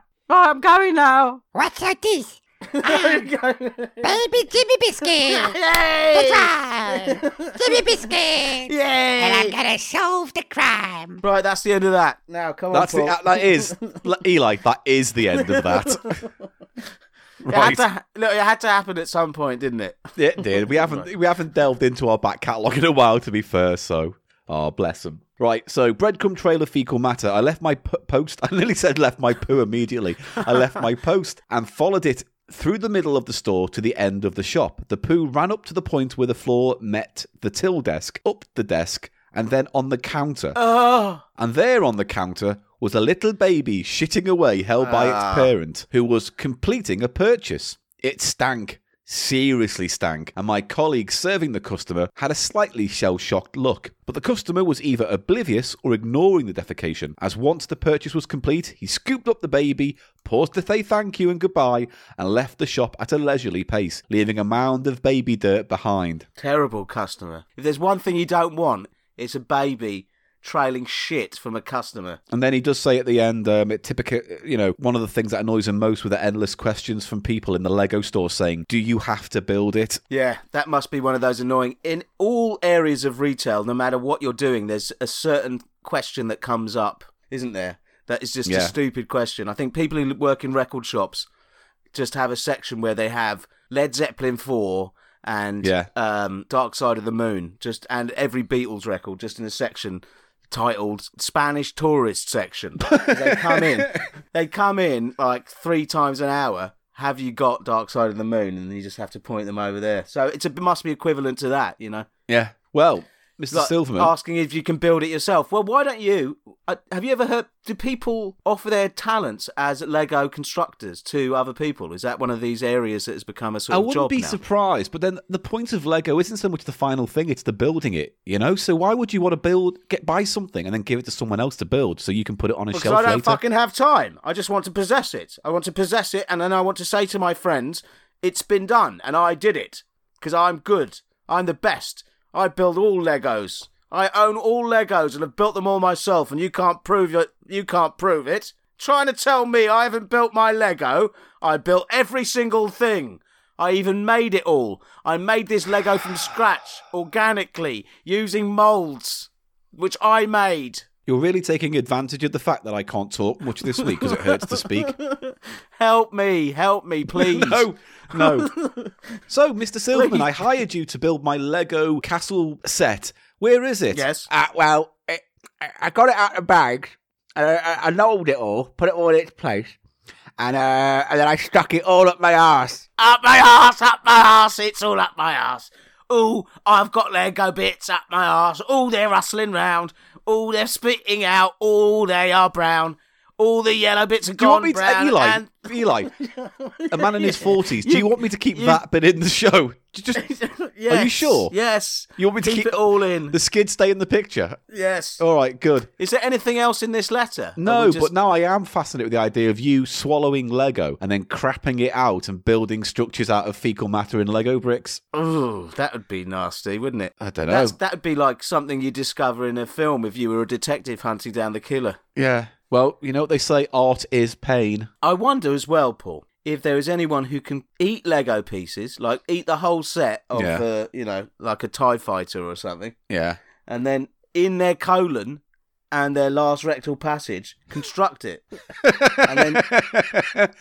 S6: I'm going now.
S7: What's like this? Ah, Baby Jimmy Biscuit! That's right! Jimmy Biscuit! And I'm gonna solve the crime!
S2: Right, that's the end of that. Now, come
S1: That's
S2: on.
S1: the, that, that is, l- Eli, that is the end of that.
S2: It had,
S1: right.
S2: to, ha- look, it had to happen at some point, didn't it?
S1: It did. We haven't we haven't delved into our back catalogue in a while, to be fair. So, oh bless them. Right. So, breadcrumb trail of fecal matter. I left my p- post. (laughs) I nearly said left my poo immediately. I left my post and followed it through the middle of the store to the end of the shop. The poo ran up to the point where the floor met the till desk, up the desk, and then on the counter.
S2: Oh,
S1: And there on the counter was a little baby shitting away, held by its parent, who was completing a purchase. It stank, seriously stank, and my colleague serving the customer had a slightly shell shocked look. But the customer was either oblivious or ignoring the defecation, as once the purchase was complete, he scooped up the baby, paused to say thank you and goodbye, and left the shop at a leisurely pace, leaving a mound of baby dirt behind.
S2: terrible customer. If there's one thing you don't want, it's a baby trailing shit from a customer.
S1: And then he does say at the end, um, it typical, you know, one of the things that annoys him most were the endless questions from people in the Lego store saying, "Do you have to build it?"
S2: Yeah, that must be one of those annoying. In all areas of retail, no matter what you're doing, there's a certain question that comes up, isn't there? That is just a
S1: Yeah.
S2: stupid question. I think people who work in record shops just have a section where they have Led Zeppelin 4 and
S1: Yeah.
S2: um, Dark Side of the Moon, just and every Beatles record, just in a section titled Spanish Tourist Section. they come in, they come in like three times an hour. Have you got Dark Side of the Moon? And you just have to point them over there. So it's a, it must be equivalent to that, you know.
S1: Yeah. Well, Mr.
S2: Like
S1: Silverman,
S2: asking if you can build it yourself. Well, why don't you? Uh, have you ever heard? Do people offer their talents as Lego constructors to other people? Is that one of these areas that has become a sort
S1: I
S2: of job
S1: wouldn't be
S2: now?
S1: surprised. But then the point of Lego isn't so much the final thing; it's the building it. You know, so why would you want to build, get buy something, and then give it to someone else to build so you can put it on a
S2: Because
S1: shelf
S2: I don't
S1: later?
S2: fucking have time. I just want to possess it. I want to possess it, and then I want to say to my friends, "It's been done, and I did it." Because I'm good. I'm the best. I build all Legos. I own all Legos and have built them all myself. And you can't prove your, you can't prove it. Trying to tell me I haven't built my Lego? I built every single thing. I even made it all. I made this Lego from scratch, organically, using molds, which I made.
S1: You're really taking advantage of the fact that I can't talk much this week because it hurts to speak.
S2: Help me,
S1: (laughs)
S2: help me, please.
S1: No,
S2: (laughs)
S1: no. so, Mr. Silverman, I hired you to build my Lego castle set. Where is it?
S2: Yes.
S8: Uh, well, it, I I got it out of the bag. And
S1: Uh,
S8: I, I- I loaded it all, put it all in its place, and uh, and then I stuck it all up my ass.
S2: Up my ass, up my ass, it's all up my ass. Oh, I've got Lego bits up my arse. Oh, they're rustling round. Oh, they're spitting out. Oh, they are brown. All the yellow bits are
S1: Do you
S2: gone
S1: want me to, uh,
S2: brown.
S1: Eli,
S2: and- (laughs)
S1: Eli, a man in his 40s, do you, want me to keep that bit in the show? J-
S2: (laughs)
S1: Just,
S2: Yes,
S1: Are you sure?
S2: Yes.
S1: You want me to
S2: keep,
S1: keep-
S2: it all in?
S1: the skid stay in the picture.
S2: Yes.
S1: All right, good.
S2: Is there anything else in this letter? Or
S1: No,
S2: we just-
S1: but now I am fascinated with the idea of you swallowing Lego and then crapping it out and building structures out of fecal matter and Lego bricks.
S2: Oh, that would be nasty, wouldn't it?
S1: I don't know.
S2: That's, that'd be like something you discover in a film if you were a detective hunting down the killer.
S1: Yeah. Well, you know what they say art is pain.
S2: I wonder as well, Paul, if there is anyone who can eat Lego pieces, like eat the whole set of,
S1: Yeah.
S2: uh, you know, like a TIE fighter or something,
S1: Yeah.
S2: and then in their colon and their last rectal passage, construct it and then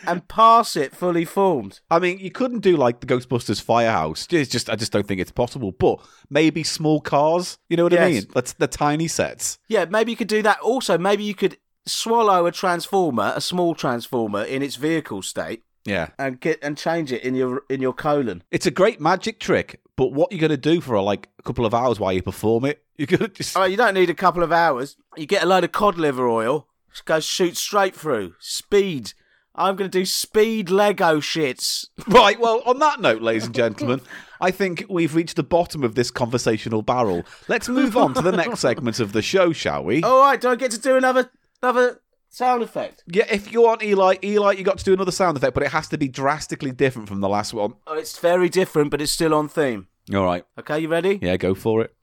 S2: and pass it fully formed.
S1: I mean, you couldn't do like the Ghostbusters firehouse. It's just, I just don't think it's possible. But maybe small cars. You know what I
S2: Yes.
S1: mean? That's the tiny sets.
S2: Yeah, maybe you could do that. Also, maybe you could swallow a transformer, a small transformer, in its vehicle state.
S1: Yeah.
S2: and get and change it in your in your colon.
S1: It's a great magic trick. But what you're gonna do for like a couple of hours while you perform it? You're gonna just
S2: Oh, you don't need a couple of hours. You get a load of cod liver oil. Just go shoot straight through. Speed. I'm gonna do speed Lego shits.
S1: Right, well, on that note, ladies and gentlemen, I think we've reached the bottom of this conversational barrel. Let's move on to the next segment of the show, shall we?
S2: All right, do I get to do another another sound effect?
S1: Yeah, if you want Eli, Eli, you got to do another sound effect, but it has to be drastically different from the last one.
S2: Oh, it's very different, but it's still on theme.
S1: All right.
S2: Okay, you ready?
S1: Yeah, go for it.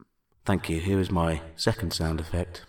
S2: Thank you. Here is my second sound effect.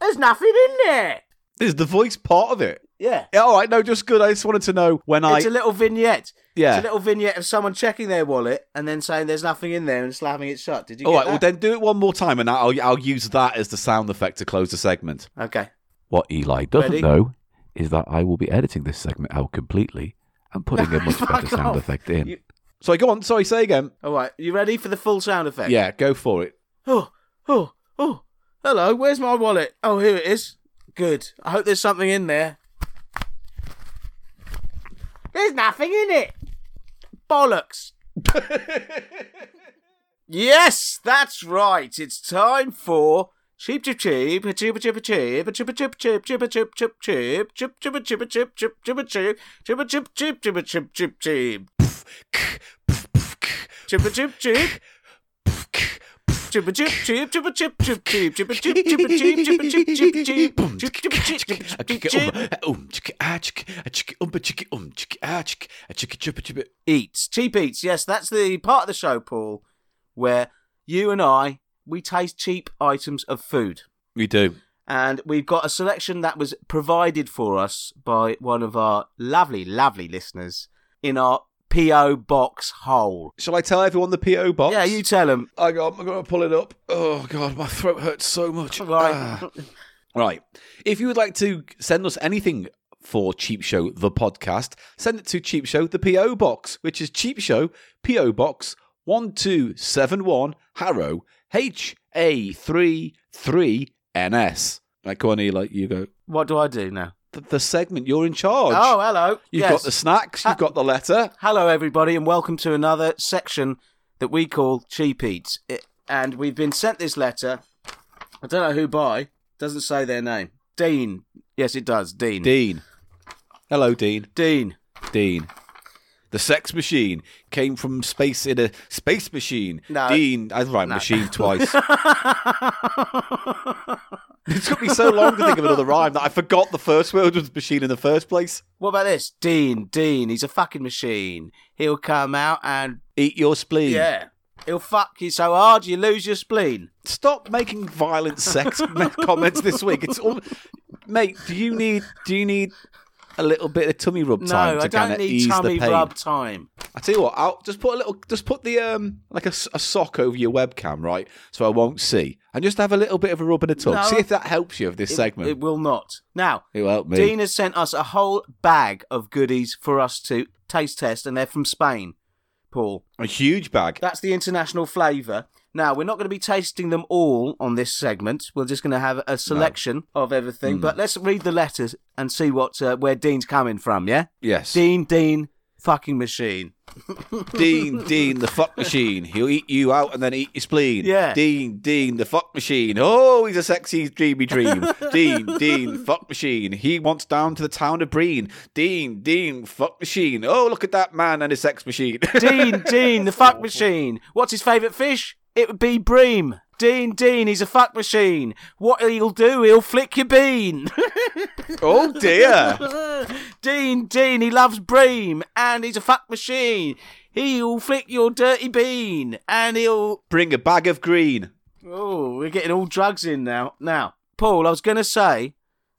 S2: There's nothing in there.
S1: Is the voice part of it?
S2: Yeah.
S1: Yeah, All right, no, just good. I just wanted to know when I.
S2: It's a little vignette.
S1: Yeah.
S2: It's a little vignette of someone checking their wallet and then saying there's nothing in there and slamming it shut. Did you
S1: All
S2: get
S1: right, well,
S2: that?
S1: then do it one more time, and I'll, I'll use that as the sound effect to close the segment.
S2: Okay.
S1: What Eli doesn't
S2: Ready?
S1: know is that I will be editing this segment out completely and putting a much better sound
S2: off.
S1: effect in.
S2: You-
S1: Sorry, go on. Sorry, say again.
S2: All right. You ready for the full sound effect?
S1: Yeah, go for it.
S2: Oh, oh, oh. Hello, where's my wallet? Oh, here it is. Good. I hope there's something in there. There's nothing in it. Bollocks. yes, that's right. It's time for cheep chip cheep a cheep a chip a cheep a chip a chip chip chip a chip chip chip chip chip a chip a chip chip chip a chip chip a chip chip chip a chip chip chip chip a chip chip Chippa chip chip chippa chip chip chip chippa chip chippa chip chippa chip chip chip
S1: Boom,
S2: chip
S1: chicka,
S2: chippa chip
S1: chicka, a
S2: chip
S1: chicka,
S2: chip chip
S1: um, a um, chicka, ah, chicka, a chicka, um, a chicka, um, chicka, ah, chicka, a chicka, chippa, chippa.
S2: eats cheap eats yes that's the part of the show Paul where you and I we taste cheap items of food
S1: We do.
S2: and we've got a selection that was provided for us by one of our lovely lovely listeners in our PO box hole
S1: Shall I tell everyone the PO box?
S2: yeah you tell them
S1: I got. I'm gonna pull it up. Oh god, my throat hurts so much. Ah.
S2: right
S1: (laughs) Right. If you would like to send us anything for Cheap Show the podcast, send it to Cheap Show the PO Box, which is Cheap Show PO Box one two seven one Harrow H A three three N S. Right, go on, Eli. You go.
S2: what do I do now
S1: The, the segment you're in charge.
S2: oh hello
S1: you've
S2: yes. Uh,
S1: got the snacks. You've got the letter.
S2: Hello, everybody, and welcome to another section that we call Cheap Eats. It- and we've been sent this letter. I don't know who by. Doesn't say their name. Dean. Yes, it does. Dean.
S1: Dean. Hello, Dean.
S2: Dean. (laughs)
S1: Dean. The sex machine came from space in a space machine.
S2: No.
S1: Dean, I rhymed
S2: (laughs)
S1: machine twice. it took me so long to think of another rhyme that I forgot the first word was machine in the first place.
S2: What about this? Dean. Dean. He's a fucking machine. He'll come out and
S1: Eat your spleen.
S2: yeah, he'll fuck you so hard you lose your spleen.
S1: Stop making violent
S2: (laughs)
S1: sex me- comments this week. It's all, mate. Do you need? Do you need? A little bit of tummy rub
S2: No,
S1: time to
S2: I
S1: kind
S2: don't
S1: of
S2: need
S1: ease
S2: tummy
S1: the pain.
S2: rub time.
S1: I tell you what, I'll just put a little, just put the um, like a, s- a sock over your webcam, right, so I won't see, and just have a little bit of a rub and a tug.
S2: No.
S1: see if that helps you of this
S2: It-
S1: segment.
S2: It will not. Now,
S1: It will help me.
S2: Dean has sent us a whole bag of goodies for us to taste test, and they're from Spain, Paul.
S1: a huge bag.
S2: That's the international flavour. Now, we're not going to be tasting them all on this segment. We're just going to have a selection of everything. But let's read the letters and see what uh, where Dean's coming from, yeah?
S1: Yes.
S2: Dean, Dean, fucking machine.
S1: Dean, Dean, the fuck machine. He'll eat you out and then eat your spleen.
S2: Yeah.
S1: Dean, Dean, the fuck machine. Oh, he's a sexy, dreamy
S2: (laughs)
S1: dream. Dean, Dean, the fuck machine. He wants down to the town of Breen. Dean, Dean, fuck machine. Oh, look at that man and his sex machine. (laughs)
S2: Dean, Dean, the fuck machine. What's his favourite fish? It would be bream. Dean, Dean, he's a fuck machine. What he'll do, he'll flick your bean. (laughs)
S1: oh, dear.
S2: Dean, Dean, he loves bream and he's a fuck machine. He'll flick your dirty bean and he'll.
S1: Bring a bag of green.
S2: Oh, we're getting all drugs in now. Now, Paul, I was going to say,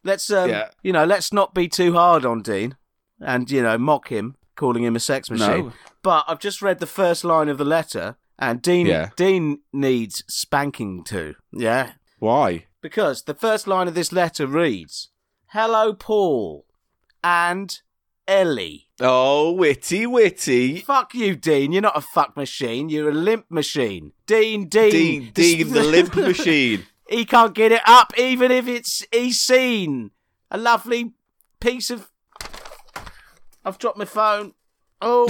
S2: let's, um,
S1: Yeah.
S2: you know, let's not be too hard on Dean and, you know, mock him, calling him a sex machine.
S1: No.
S2: But I've just read the first line of the letter and Dean,
S1: Yeah.
S2: Dean needs spanking too. Yeah.
S1: Why?
S2: Because the first line of this letter reads, Hello, Paul and Ellie.
S1: Oh, witty, witty.
S2: Fuck you, Dean. You're not a fuck machine. You're a limp machine. Dean, Dean.
S1: (laughs) Dean, Dean, the limp machine.
S2: (laughs) he can't get it up, even if it's he's seen. A lovely piece of. I've dropped my phone.
S1: (laughs)
S2: Oh,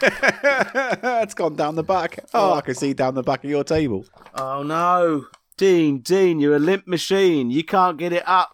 S1: (laughs) it's gone down the back. Oh, I can see down the back of your table.
S2: oh no. Dean, Dean, you're a limp machine. You can't get it up.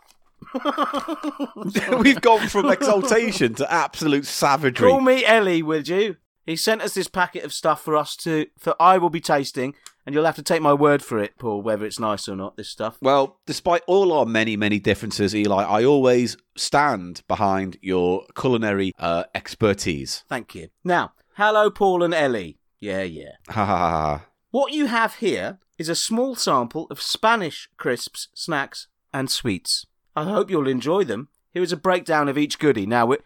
S1: (laughs) We've gone from exaltation to absolute savagery.
S2: Call me Ellie, would you? He sent us this packet of stuff for us to, for I will be tasting, and you'll have to take my word for it, Paul, whether it's nice or not. This stuff.
S1: Well, despite all our many, many differences, Eli, I always stand behind your culinary uh, expertise.
S2: Thank you. Now, hello, Paul and Ellie. Yeah, yeah.
S1: Ha ha ha ha.
S2: What you have here is a small sample of Spanish crisps, snacks, and sweets. I hope you'll enjoy them. Here is a breakdown of each goodie. Now, we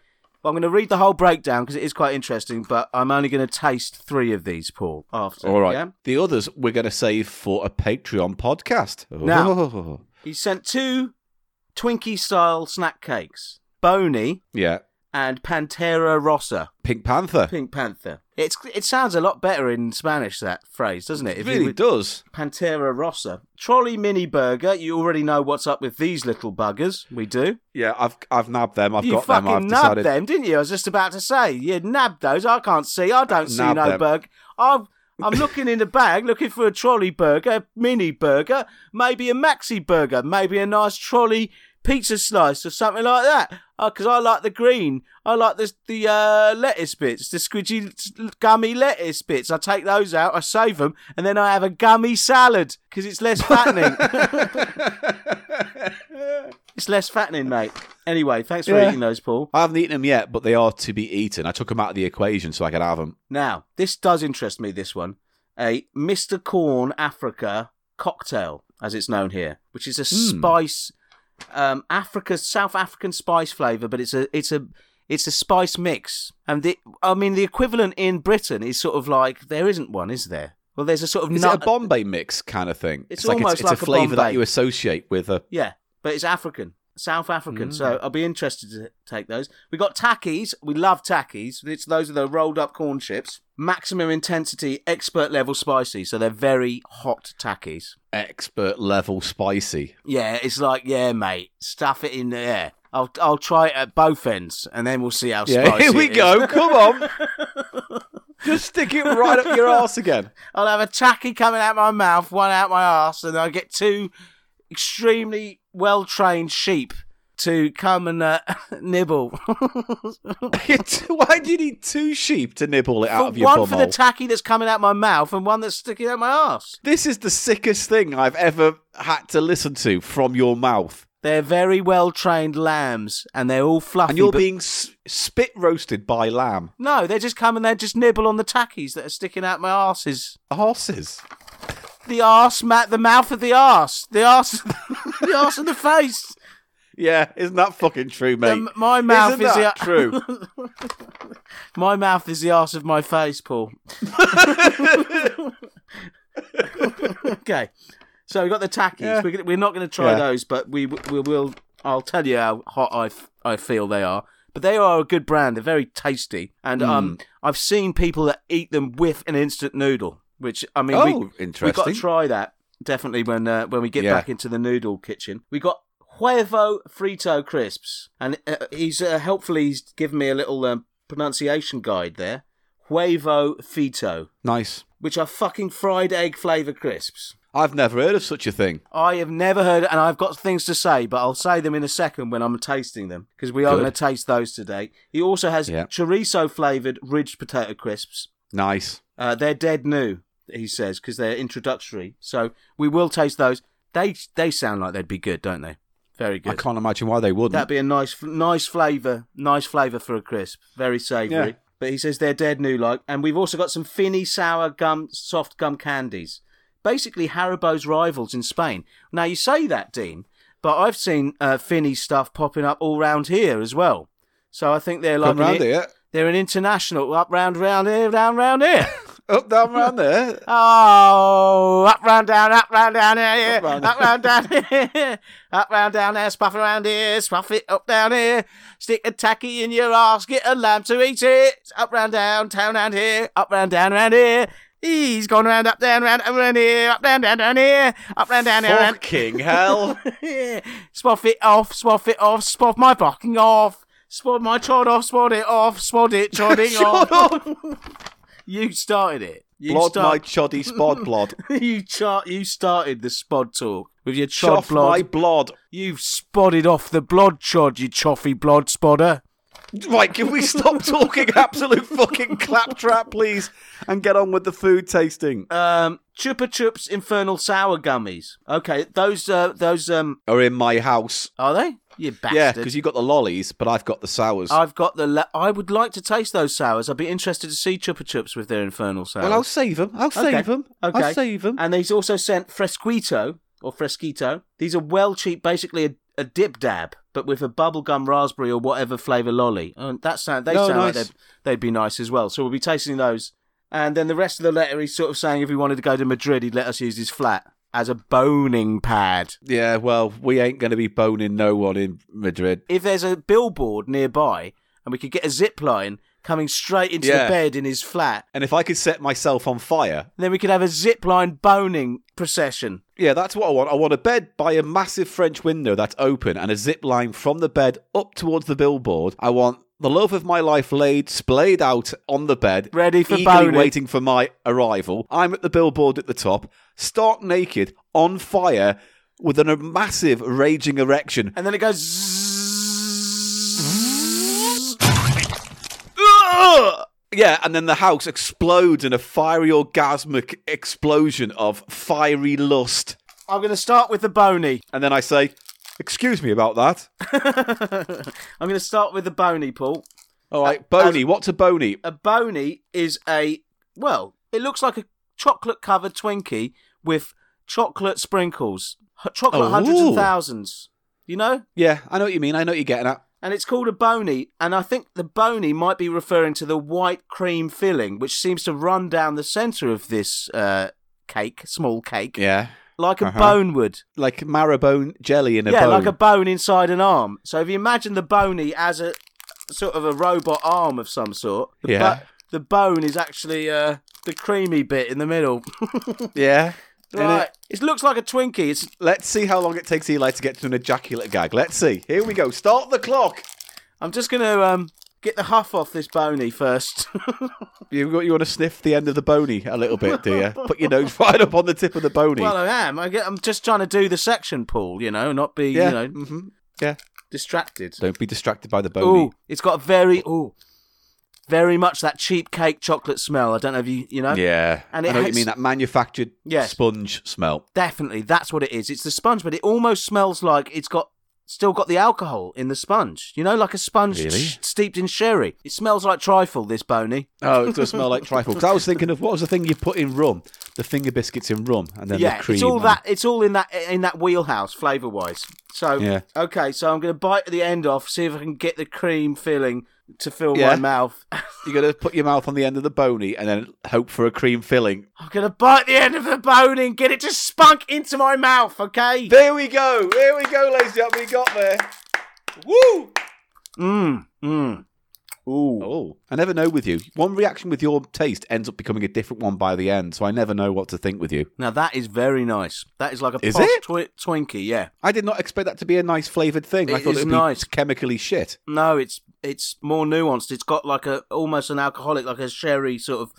S2: I'm going to read the whole breakdown because it is quite interesting, but I'm only going to taste three of these, Paul, after.
S1: All right.
S2: yeah?
S1: The others we're going to save for a Patreon (laughs) podcast.
S2: Now-
S1: Oh.
S2: He sent two Twinkie style snack cakes Boney
S1: Yeah.
S2: and Pantera Rossa,
S1: Pink Panther.
S2: Pink Panther. It's, it sounds a lot better in Spanish, that phrase, doesn't
S1: it
S2: it? If you
S1: really
S2: would-
S1: does.
S2: Pantera Rossa. Trolley Mini Burger, you already know what's up with these little buggers. We do.
S1: Yeah, I've I've nabbed them. I've
S2: you
S1: got
S2: fucking
S1: them. I've
S2: nabbed
S1: decided.
S2: them, didn't you? I was just about to say. You nabbed those. I can't see. I don't see
S1: Nabbed
S2: no
S1: them.
S2: burger. I've, I'm looking in the bag looking for a trolley burger, mini burger, maybe a maxi burger, maybe a nice trolley pizza slice or something like that. Because I like the green. I like the, the uh, lettuce bits, the squidgy s- gummy lettuce bits. I take those out, I save them, and then I have a gummy salad because it's less fattening. it's less fattening, mate. Anyway, thanks for eating those, Paul.
S1: I haven't eaten them yet, but they are to be eaten. I took them out of the equation so I could have them.
S2: Now, this does interest me, this one. A Mr. Corn Africa cocktail, as it's known here, which is a
S1: Hmm.
S2: spice um Africa South African spice flavour, but it's a it's a it's a spice mix. And the I mean the equivalent in Britain is sort of like there isn't one, is there? Well there's a sort of
S1: Is
S2: nut
S1: it a Bombay mix kind of thing?
S2: It's
S1: like
S2: almost
S1: it's,
S2: like
S1: it's
S2: a
S1: a flavour
S2: Bombay.
S1: that you associate with a.
S2: Yeah, but it's African, South African.
S1: Mm.
S2: So I'll be interested to take those. We got tackies. We love tackies. It's, those are the rolled up corn chips. Maximum intensity, expert level spicy. So they're very hot tackies.
S1: expert level spicy.
S2: Yeah, it's like yeah, mate, stuff it in there. I'll I'll try it at both ends, and then we'll see how
S1: (laughs)
S2: spicy.
S1: here we
S2: it is.
S1: go. Come on. Just stick it right up your arse again.
S2: (laughs)
S1: (laughs)
S2: I'll have a tacky coming out my mouth, one out my ass, and I'll get two extremely well trained sheep to come and uh, (laughs) nibble.
S1: Why do you need two sheep to nibble it out
S2: For
S1: of your
S2: one
S1: bum
S2: for the
S1: hole?
S2: tacky that's coming out my mouth and one that's sticking out my ass.
S1: this is the sickest thing I've ever had to listen to from your mouth.
S2: They're very well trained lambs and they're all fluffy.
S1: And you're
S2: but-
S1: being s- spit roasted by lamb.
S2: No, they just come and they just nibble on the tackies that are sticking out my asses.
S1: Horses.
S2: The arse, Matt, the mouth of the arse. The arse, (laughs) the arse of the face.
S1: Yeah, isn't that fucking true, mate?
S2: Um, my mouth
S1: isn't
S2: is the-
S1: that
S2: (laughs)
S1: true.
S2: My mouth is the arse of my
S1: (laughs)
S2: face, Paul. okay, so we've got the tackies. We're, gonna, we're not going to try
S1: Yeah.
S2: those, but we, w- we will. I'll tell you how hot I, f- I feel they are. But they are a
S1: Hmm.
S2: good brand. They're very tasty, and um, I've seen people that eat them with an instant noodle. which I mean,
S1: Oh,
S2: we, we got to
S1: interesting.
S2: try that definitely when uh, when we get
S1: Yeah.
S2: back into the noodle kitchen. We got huevo frito crisps, and uh, he's uh, helpfully he's given me a little um, pronunciation guide there. Huevo frito,
S1: nice.
S2: which are fucking fried egg flavor crisps.
S1: I've never heard of such a thing.
S2: I have never heard, and I've got things to say, but I'll say them in a second when I'm tasting them because we are
S1: Good.
S2: going to taste those today. He also has
S1: Yeah.
S2: chorizo flavored ridged potato crisps.
S1: Nice.
S2: Uh, they're dead new, he says, because they're introductory. So we will taste those. They they sound like they'd be good, don't they? Very
S1: I
S2: good.
S1: can't imagine why they wouldn't.
S2: That'd be a nice nice flavour, nice flavour for a crisp. Very savoury.
S1: Yeah.
S2: But he says they're dead new, like, and we've also got some finny sour gum, soft gum candies. Basically, Haribo's rivals in Spain. Now you say that, Dean, but I've seen uh, finny stuff popping up all round here as well. So I think they're like
S1: Come
S2: an
S1: round
S2: i-
S1: here.
S2: they're an international up round round here, round round here.
S1: Up, down, round there.
S2: Oh, up, round, down, up, round, down, here, up, round, down, (laughs) here, up, round, down, there, spuff around here, spuff it up, down here, stick a tacky in your ass, get a lamb to eat it, up, round, down, town, round here, up, round, down, round here. He's gone round, up, down, round, up, round here, up, down, down, down here, up, round, (laughs) down, down, round.
S1: Fucking
S2: (laughs)
S1: hell.
S2: Yeah. Spoff it off, spoff it off, spoff my fucking off, spoff my chod off, spot it off, spot
S1: (laughs)
S2: it, (laughs) chodding off. you started it. You
S1: Blood
S2: started
S1: my choddy spod
S2: (laughs)
S1: blood.
S2: you chart you started the spod talk with your chod
S1: Choff
S2: blod.
S1: my blood.
S2: You've spotted off the blod chod, you choffy blod spotter.
S1: Right, can we stop talking absolute fucking claptrap, please, and get on with the food tasting?
S2: Um, Chupa Chups Infernal Sour Gummies. Okay, those uh, those um,
S1: Are in my house.
S2: are they?
S1: Yeah,
S2: You bastard.
S1: because you got the lollies, but I've got the sours.
S2: I've got the. La- I would like to taste those sours. I'd be interested to see Chupa Chups with their Infernal Sours.
S1: well, I'll save them. I'll
S2: Okay,
S1: save them.
S2: Okay.
S1: I'll save them.
S2: And he's also sent Fresquito or Fresquito. These are well cheap, basically a, a dip dab, but with a bubblegum raspberry or whatever flavour lolly. And that sound they
S1: No,
S2: sound like
S1: Oh, nice.
S2: they'd, they'd be nice as well. So we'll be tasting those. And then the rest of the letter, he's sort of saying if we wanted to go to Madrid, he'd let us use his flat as a boning pad.
S1: Yeah, well, we ain't going to be boning no one in Madrid.
S2: If there's a billboard nearby and we could get a zip line coming straight into
S1: Yeah.
S2: the bed in his flat,
S1: And if I could set myself on fire,
S2: then we could have a zip line boning procession.
S1: yeah, that's what I want. I want a bed by a massive French window that's open and a zip line from the bed up towards the billboard. I want the love of my life laid, splayed out on the bed,
S2: Ready for
S1: eagerly
S2: boning.
S1: waiting for my arrival. I'm at the billboard at the top, stark naked, on fire, with an, a massive raging erection.
S2: And then it goes. zzzz.
S1: Ugh! (laughs) Yeah, and then the house explodes in a fiery orgasmic explosion of fiery lust.
S2: I'm going to start with the bony. (laughs)
S1: And then I say, Excuse me about that.
S2: I'm going to start with the bony, Paul.
S1: All right, Boney, what's a Boney?
S2: A bony is a well, it looks like a chocolate covered Twinkie with chocolate sprinkles, H- chocolate
S1: Oh.
S2: hundreds and thousands. You know,
S1: Yeah, I know what you mean. I know what you're getting at.
S2: and it's called a bony. And I think the bony might be referring to the white cream filling, which seems to run down the centre of this uh, cake, small cake,
S1: Yeah.
S2: like a
S1: Uh-huh.
S2: bone would.
S1: Like marrowbone jelly in a
S2: yeah,
S1: bone.
S2: like a bone inside an arm. So if you imagine the bony as a sort of a robot arm of some sort, the,
S1: Yeah.
S2: the bone is actually uh, the creamy bit in the middle. (laughs)
S1: yeah.
S2: right. It? looks like a Twinkie. It's
S1: Let's see how long it takes Eli to get to an ejaculate gag. Let's see. Here we go. Start the clock.
S2: I'm just gonna um, get the huff off this bony first. (laughs)
S1: You, you want to sniff the end of the bony a little bit, do (laughs) you? Put your nose right up on the tip of the bony.
S2: well, I am. I get, I'm just trying to do the section pull, you know, not be
S1: yeah.
S2: you know
S1: hmm yeah.
S2: distracted.
S1: Don't be distracted by the bony.
S2: Ooh, it's got a very ooh, very much that cheap cake chocolate smell. I don't know if you you know.
S1: Yeah.
S2: And
S1: I
S2: it
S1: know what
S2: has-
S1: you mean. That manufactured
S2: Yes.
S1: sponge smell.
S2: Definitely, that's what it is. It's the sponge, but it almost smells like it's got still got the alcohol in the sponge. You know, like a sponge
S1: Really?
S2: sh- steeped in sherry. It smells like trifle. This bony.
S1: Oh, it does smell (laughs) like trifle. 'Cause I was thinking of what was the thing you put in rum? The finger biscuits in rum, and then
S2: yeah,
S1: the cream.
S2: it's all
S1: and-
S2: that. It's all in that in that wheelhouse flavor wise. So
S1: Yeah.
S2: okay, so I'm gonna bite the end off, see if I can get the cream filling to fill my
S1: Yeah.
S2: mouth. (sighs)
S1: You got to put your mouth on the end of the bony and then hope for a cream filling.
S2: I'm gonna bite the end of the bone and get it to spunk into my mouth. Okay.
S1: There we go. There we go, ladies and gentlemen. We got there. Woo!
S2: Mmm. Mmm. Mm, Ooh.
S1: Oh, I never know with you. One reaction with your taste ends up becoming a different one by the end, so I never know what to think with you.
S2: Now that is very nice. That is like a
S1: Is
S2: posh
S1: it?
S2: Twi- Twinkie. Yeah.
S1: I did not expect that to be a nice flavored thing. I
S2: It
S1: thought
S2: is
S1: it would
S2: nice.
S1: be chemically shit.
S2: No, it's it's more nuanced. It's got like a almost an alcoholic, like a sherry sort of.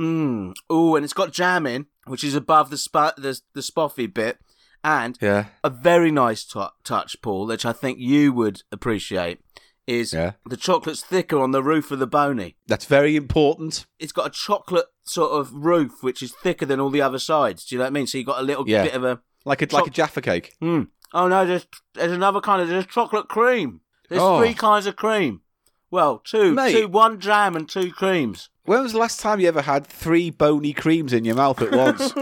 S2: Mm. Ooh, and it's got jam in, which is above the spa, the the spoffy bit, and
S1: Yeah.
S2: a very nice t- touch, Paul, which I think you would appreciate, is
S1: Yeah.
S2: the chocolate's thicker on the roof of the bony.
S1: That's very important.
S2: It's got a chocolate sort of roof, which is thicker than all the other sides. Do you know what I mean? So you got a little
S1: Yeah.
S2: bit of a.
S1: Like a like a Jaffa cake.
S2: Mm. Oh no, there's there's another kind of there's chocolate cream. There's
S1: Oh.
S2: three kinds of cream. Well, two,
S1: Mate.
S2: two, one jam and two creams.
S1: When was the last time you ever had three bony creams in your mouth at once?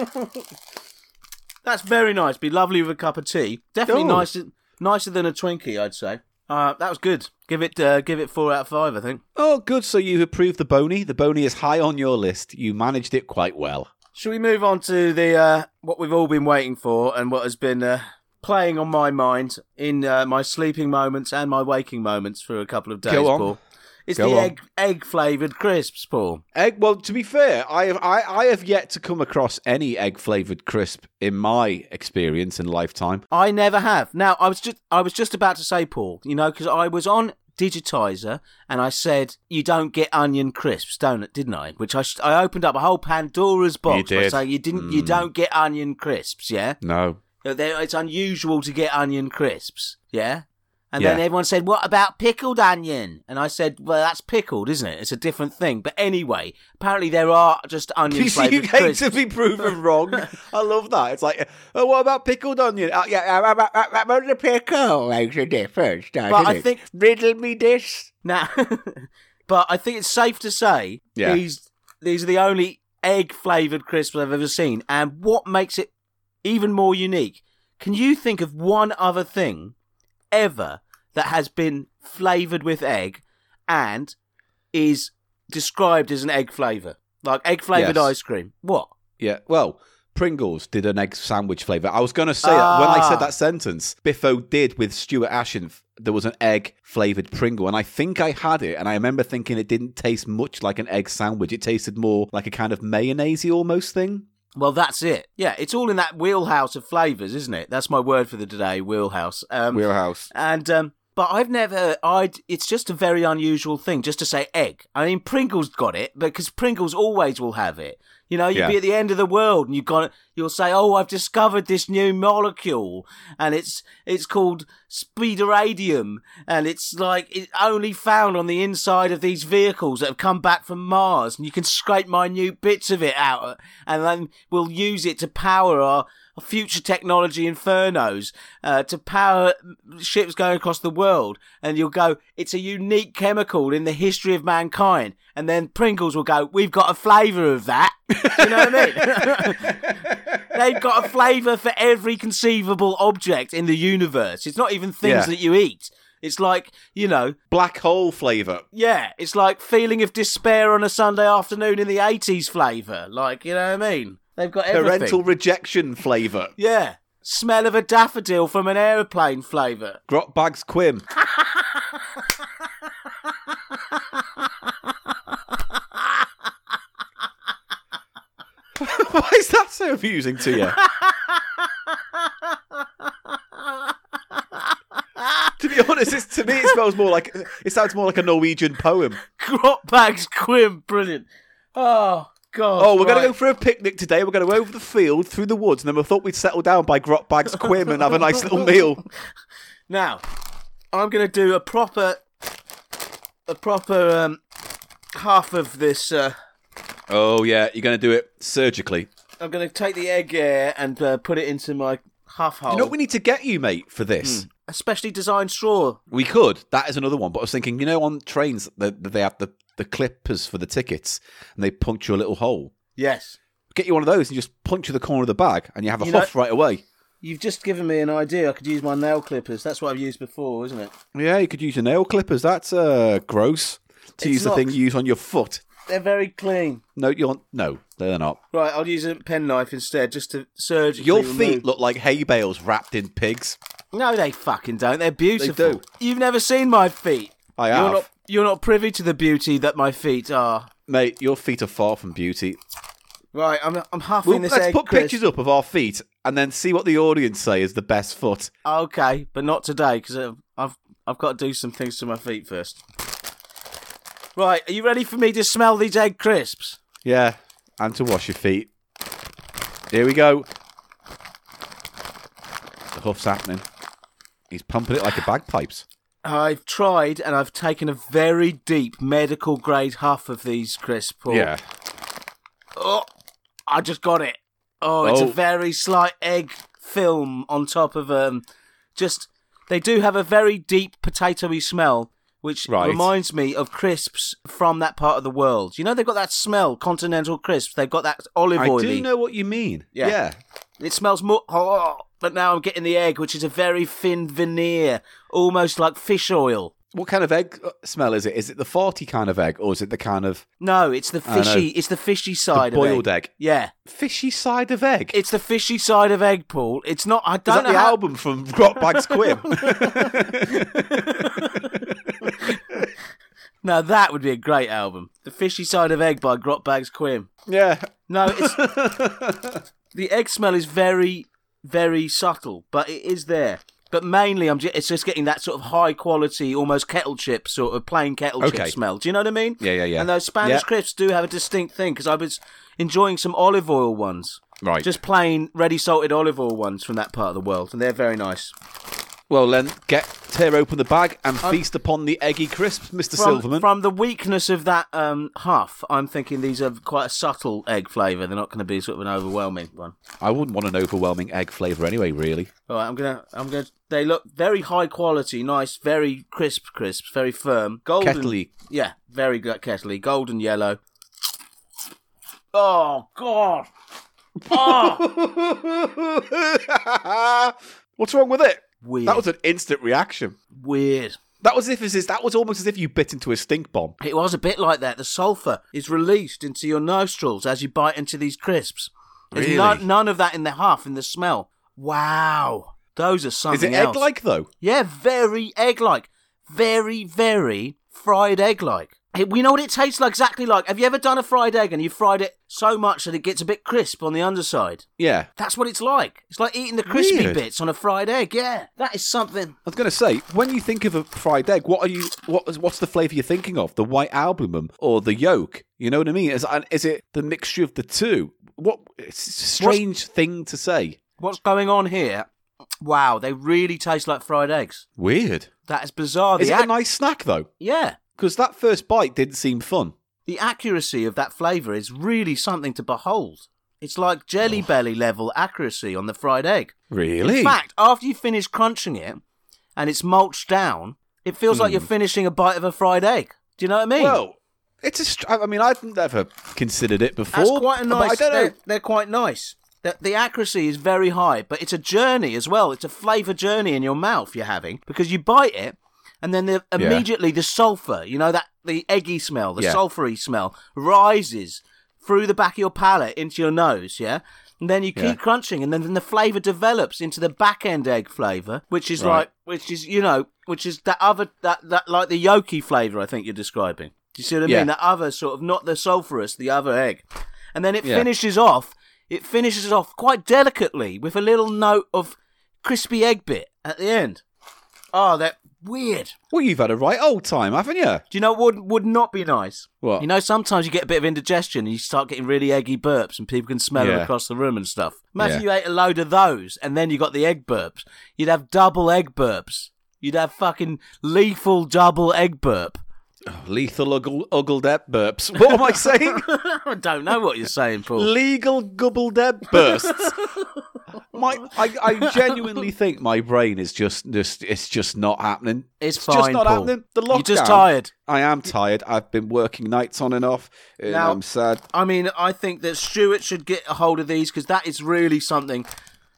S2: That's very nice. Be lovely with a cup of tea. Definitely
S1: Oh.
S2: nicer, nicer than a Twinkie, I'd say. Uh, that was good. Give it, uh, give it four out of five, I think.
S1: oh, good. So you approved the bony. The bony is high on your list. You managed it quite well.
S2: Shall we move on to the uh, what we've all been waiting for and what has been uh, playing on my mind in uh, my sleeping moments and my waking moments for a couple of days,
S1: Go on.
S2: Paul? It's
S1: Go
S2: the
S1: on.
S2: egg egg flavored crisps, Paul.
S1: Egg. Well, to be fair, I have I, I have yet to come across any egg flavored crisp in my experience and lifetime.
S2: I never have. Now I was just I was just about to say, Paul. You know, because I was on Digitizer and I said you don't get onion crisps, don't it? Didn't I? Which I sh- I opened up a whole Pandora's box by
S1: did. Mm.
S2: saying you didn't you don't get onion crisps, yeah.
S1: No.
S2: You know, they- It's unusual to get onion crisps, yeah. And then
S1: Yeah.
S2: everyone said, "What about pickled onion?" And I said, "Well, that's pickled, isn't it? It's a different thing." But anyway, apparently there are just
S1: (laughs)
S2: onion
S1: you
S2: flavored
S1: hate
S2: crisps.
S1: to be proven wrong. I love that. It's like, oh, what about pickled onion? Oh, yeah,
S8: yeah, but, but, but, but the pickle makes a difference, doesn't
S2: But I
S8: it?
S2: think-
S8: riddle me this.
S2: Now, (laughs) but I think it's safe to say
S1: Yeah.
S2: these these are the only egg flavored crisps I've ever seen. And what makes it even more unique? Can you think of one other thing ever that has been flavored with egg and is described as an egg flavor, like egg flavored
S1: Yes.
S2: ice cream? What?
S1: Yeah. Well, Pringles did an egg sandwich flavor. I was going to say that when I
S2: Ah.
S1: said that sentence, Biffo did with Stuart Ashen. There was an egg flavored Pringle, and I think I had it. And I remember thinking it didn't taste much like an egg sandwich. It tasted more like a kind of mayonnaisey almost thing.
S2: Well, that's it. Yeah, it's all in that wheelhouse of flavors, isn't it? That's my word for the today, wheelhouse. Um,
S1: Wheelhouse.
S2: And um, but I've never. I. It's just a very unusual thing, just to say egg. I mean, Pringles got it because Pringles always will have it. You know, you'd
S1: Yeah.
S2: be at the end of the world, and you've got. You'll say, "Oh, I've discovered this new molecule, and it's it's called speederadium, and it's like it's only found on the inside of these vehicles that have come back from Mars, and you can scrape minute bits of it out, uh, and then we'll use it to power our." future technology infernos uh, to power ships going across the world. And you'll go, it's a unique chemical in the history of mankind. And then Pringles will go, we've got a flavour of that. (laughs) Do you know what I mean? (laughs) They've got a flavour for every conceivable object in the universe. It's not even
S1: Yeah.
S2: things that you eat. It's like, you know,
S1: Black hole flavor.
S2: yeah, it's like feeling of despair on a Sunday afternoon in the 80s flavour. Like, you know what I mean? They've got everything.
S1: Parental rejection flavor.
S2: Yeah. Smell of a daffodil from an aeroplane flavour. (laughs)
S1: Grot bags (laughs) quim. Why is that so amusing to you? to be honest, it's, to me it smells more like it sounds more like a Norwegian poem.
S2: Grot bags quim, brilliant. Oh god.
S1: Oh, we're going to go
S2: right.
S1: for a picnic today. We're going to go over the field, through the woods, and then we thought we'd settle down by Grot Bags Quim and have a nice little meal.
S2: now. I'm going to do a proper, a proper um, half of this. Uh,
S1: (laughs) Oh yeah, you're going to do it surgically.
S2: I'm going to take the egg air and uh, put it into my half hole.
S1: You know what we need to get you, mate, for this?
S2: a specially designed straw.
S1: We could. That is another one. But I was thinking, you know, on trains that that they have the, the clippers for the tickets and they puncture a little hole.
S2: Yes.
S1: Get you one of those and just puncture the corner of the bag and you have a
S2: You know-
S1: huff right away.
S2: You've just given me an idea. I could use my nail clippers. That's what I've used before, isn't it?
S1: Yeah, you could use your nail clippers. That's uh, gross. To
S2: It's
S1: use the
S2: not-
S1: thing you use on your foot.
S2: They're very clean.
S1: No, you're no, they're not.
S2: Right, I'll use a penknife instead, just to surgically.
S1: Your
S2: remove-
S1: feet look like hay bales wrapped in pigs.
S2: No, they fucking don't. They're beautiful.
S1: do.
S2: You've never seen my feet.
S1: I
S2: You're
S1: have.
S2: not, You're not privy to the beauty that my feet are.
S1: Mate, your feet are far from beauty.
S2: Right, I'm I'm half
S1: Well,
S2: in this
S1: let's
S2: egg.
S1: put
S2: Chris.
S1: pictures up of our feet and then see what the audience say is the best foot.
S2: Okay, but not today because I've, I've I've got to do some things to my feet first. Right, are you ready for me to smell these egg crisps?
S1: Yeah, and to wash your feet. Here we go. The huff's happening. He's pumping it like a bagpipes.
S2: I've tried and I've taken a very deep medical grade huff of these crisps. Paul.
S1: Yeah.
S2: Oh, I just got it. Oh, it's a
S1: Oh.
S2: very slight egg film on top of um, just they do have a very deep potatoy smell, which
S1: Right.
S2: reminds me of crisps from that part of the world. You know they've got that smell, continental crisps. They've got that olive
S1: I
S2: oily.
S1: do know what you mean.
S2: Yeah.
S1: Yeah.
S2: It smells more. Oh, but now I'm getting the egg, which is a very thin veneer, almost like fish oil.
S1: What kind of egg uh, smell is it? Is it the farty kind of egg or is it the kind of
S2: No, it's the
S1: I know.
S2: fishy. It's the fishy side
S1: boiled
S2: of egg.
S1: egg.
S2: Yeah,
S1: Fishy side of egg?
S2: it's the fishy side of egg, Paul. It's not. I
S1: Is that
S2: don't know.
S1: the
S2: how-
S1: album from Rock Bags
S2: (laughs)
S1: Quim?
S2: Now that would be a great album. The fishy side of egg by Grotbags Quim.
S1: yeah.
S2: No,
S1: (laughs)
S2: it's the egg smell is very, very subtle, but it is there. But mainly, I'm just, it's just getting that sort of high quality, almost kettle chip sort of plain kettle chip
S1: Okay.
S2: smell. Do you know what I mean?
S1: Yeah, yeah, yeah.
S2: And those Spanish
S1: Yeah.
S2: crisps do have a distinct thing because I was enjoying some olive oil ones,
S1: Right.
S2: just plain ready salted olive oil ones from that part of the world, and they're very nice.
S1: Well, then get tear open the bag and feast upon the eggy crisps, Mister
S2: Um, From,
S1: Silverman.
S2: from the weakness of that um, huff, I'm thinking these are quite a subtle egg flavour. They're not going to be sort of an overwhelming one.
S1: I wouldn't want an overwhelming egg flavour anyway. Really,
S2: All right, I'm gonna, I'm gonna. They look very high quality, nice, very crisp, crisps, very firm, golden.
S1: Kettley.
S2: Yeah, very good kettley, golden yellow. Oh god! Oh,
S1: (laughs) What's wrong with it?
S2: Weird.
S1: That was an instant reaction.
S2: Weird.
S1: That was if as that was almost as if you bit into a stink bomb.
S2: It was a bit like that. The sulfur is released into your nostrils as you bite into these crisps. There's no,
S1: Really?
S2: none of that in the huff, in the smell. Wow, those are
S1: Is
S2: something
S1: it
S2: else.
S1: egg-like though?
S2: Yeah, very egg-like, very very fried egg-like. Hey, We know what it tastes like exactly like. Have you ever done a fried egg and you fried it so much that it gets a bit crisp on the underside?
S1: Yeah.
S2: That's what it's like. It's like eating the crispy
S1: Weird.
S2: bits on a fried egg. Yeah, that is something.
S1: I was going to say, when you think of a fried egg, what are you? What is? What's the flavour you're thinking of? The white albumum or the yolk? You know what I mean? Is and is it the mixture of the two? What it's a strange thing to say?
S2: What's going on here? Wow, they really taste like fried eggs.
S1: Weird.
S2: That is bizarre. The
S1: Is it
S2: ac-
S1: a nice snack though?
S2: yeah,
S1: Because that first bite didn't seem fun.
S2: the accuracy of that flavour is really something to behold. It's like
S1: Oh.
S2: Jelly Belly level accuracy on the fried egg.
S1: Really?
S2: In fact, after you finish crunching it and it's mulched down, it feels like
S1: Hmm.
S2: you're finishing a bite of a fried egg. Do you know what I mean?
S1: Well, it's a. Str- I mean, I've never considered it before.
S2: that's quite a
S1: but
S2: nice.
S1: I don't know.
S2: They're, they're quite nice. The, the accuracy is very high, but it's a journey as well. It's a flavour journey in your mouth you're having because you bite it, and then the, immediately the sulphur, you know that the eggy smell, the
S1: Yeah.
S2: sulphury smell, rises through the back of your palate into your nose. Yeah. And then you keep
S1: Yeah.
S2: crunching, and then, then the flavour develops into the back end egg flavour, which is
S1: Right.
S2: like, which is you know, which is that other that, that like the yolky flavour I think you're describing. Do you see what I
S1: Yeah.
S2: mean? That other sort of not the sulphurous, the other egg and then it
S1: Yeah.
S2: finishes off. It finishes off quite delicately with a little note of crispy egg bit at the end. Oh, that weird.
S1: Well, you've had a right old time, haven't you?
S2: Do you know what would would not be nice?
S1: What?
S2: You know, sometimes you get a bit of indigestion and you start getting really eggy burps, and people can smell them
S1: Yeah.
S2: across the room and stuff. Imagine
S1: Yeah.
S2: you ate a load of those, and then you got the egg burps. You'd have double egg burps. You'd have fucking lethal double egg burp. (laughs)
S1: Lethal uggle, uggle deb burps. What am I saying?
S2: I don't know what you're saying, Paul.
S1: Legal gubble deb bursts. My, I, I genuinely think my brain is just, just, it's just not happening.
S2: It's
S1: just
S2: fine,
S1: not
S2: Paul.
S1: happening. The lockdown.
S2: You're just tired.
S1: I am tired. I've been working nights on and off, and
S2: Now-
S1: I'm sad.
S2: I mean, I think that Stuart should get a hold of these because that is really something.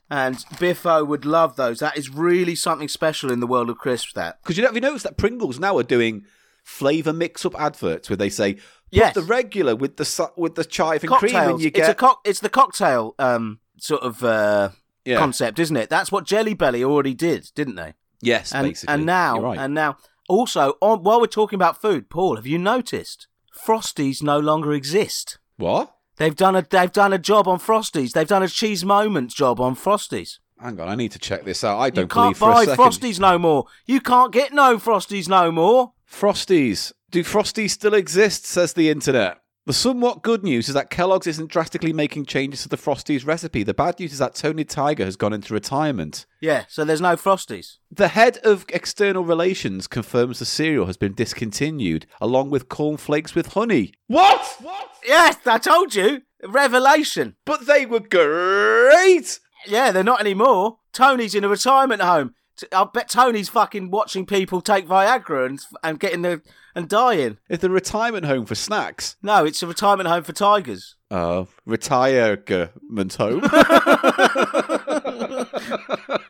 S2: And Biffo would love those. That is really something special in the world of crisps. That
S1: Because you know, have you noticed that Pringles now are doing flavor mix-up adverts where they say, "Put
S2: Yes.
S1: the regular with the su- with the chive and
S2: cocktails.
S1: cream," and you get
S2: It's a cock. It's the cocktail um, sort of uh,
S1: Yeah.
S2: concept, isn't it? That's what Jelly Belly already did, didn't they?
S1: yes,
S2: And
S1: basically.
S2: and now
S1: You're right.
S2: and now Also, on, while we're talking about food, Paul, have you noticed Frosties no longer exist?
S1: What?
S2: They've done a they've done a job on Frosties. They've done a cheese moment job on Frosties.
S1: Hang on, I need to check this out. I don't
S2: you
S1: believe
S2: can't
S1: for a
S2: buy
S1: second.
S2: Frosties no more. You can't get no Frosties no more.
S1: Frosties. Do Frosties still exist? Says the internet. The somewhat good news is that Kellogg's isn't drastically making changes to the Frosties recipe. The bad news is that Tony Tiger has gone into retirement.
S2: Yeah, so there's no Frosties.
S1: The head of external relations confirms the cereal has been discontinued, along with cornflakes with honey. What?
S2: Yes, I told you. Revelation.
S1: But they were great!
S2: Yeah, they're not anymore. Tony's in a retirement home. T- I bet Tony's fucking watching people take Viagra and and getting the and dying.
S1: It's a retirement home for snacks.
S2: No, it's a retirement home for tigers.
S1: Uh, retirement
S2: (laughs)
S1: home.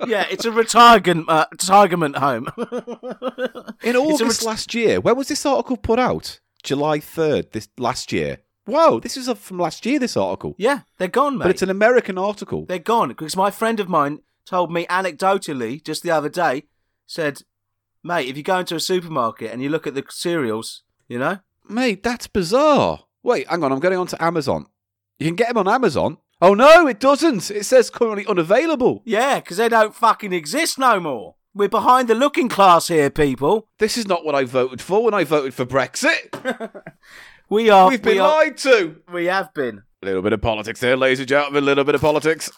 S2: Yeah, it's a retirement uh, retirement home. (laughs)
S1: In August last year, when was this article put out? July 3rd, this last year. Wow, this is from last year, this article.
S2: yeah, they're gone, mate.
S1: But it's an American article.
S2: They're gone because my friend of mine told me anecdotally just the other day said, "Mate, if you go into a supermarket and you look at the cereals, you know,
S1: Mate, that's bizarre. Wait, hang on, I'm going on to Amazon. You can get them on Amazon. Oh no, it doesn't. It says currently unavailable.
S2: yeah, because they don't fucking exist no more. We're behind the looking class here, people.
S1: This is not what I voted for when I voted for Brexit.
S2: We are.
S1: We've been
S2: we are-
S1: lied to.
S2: We have been.
S1: A little bit of politics there, ladies and gentlemen. A little bit of politics.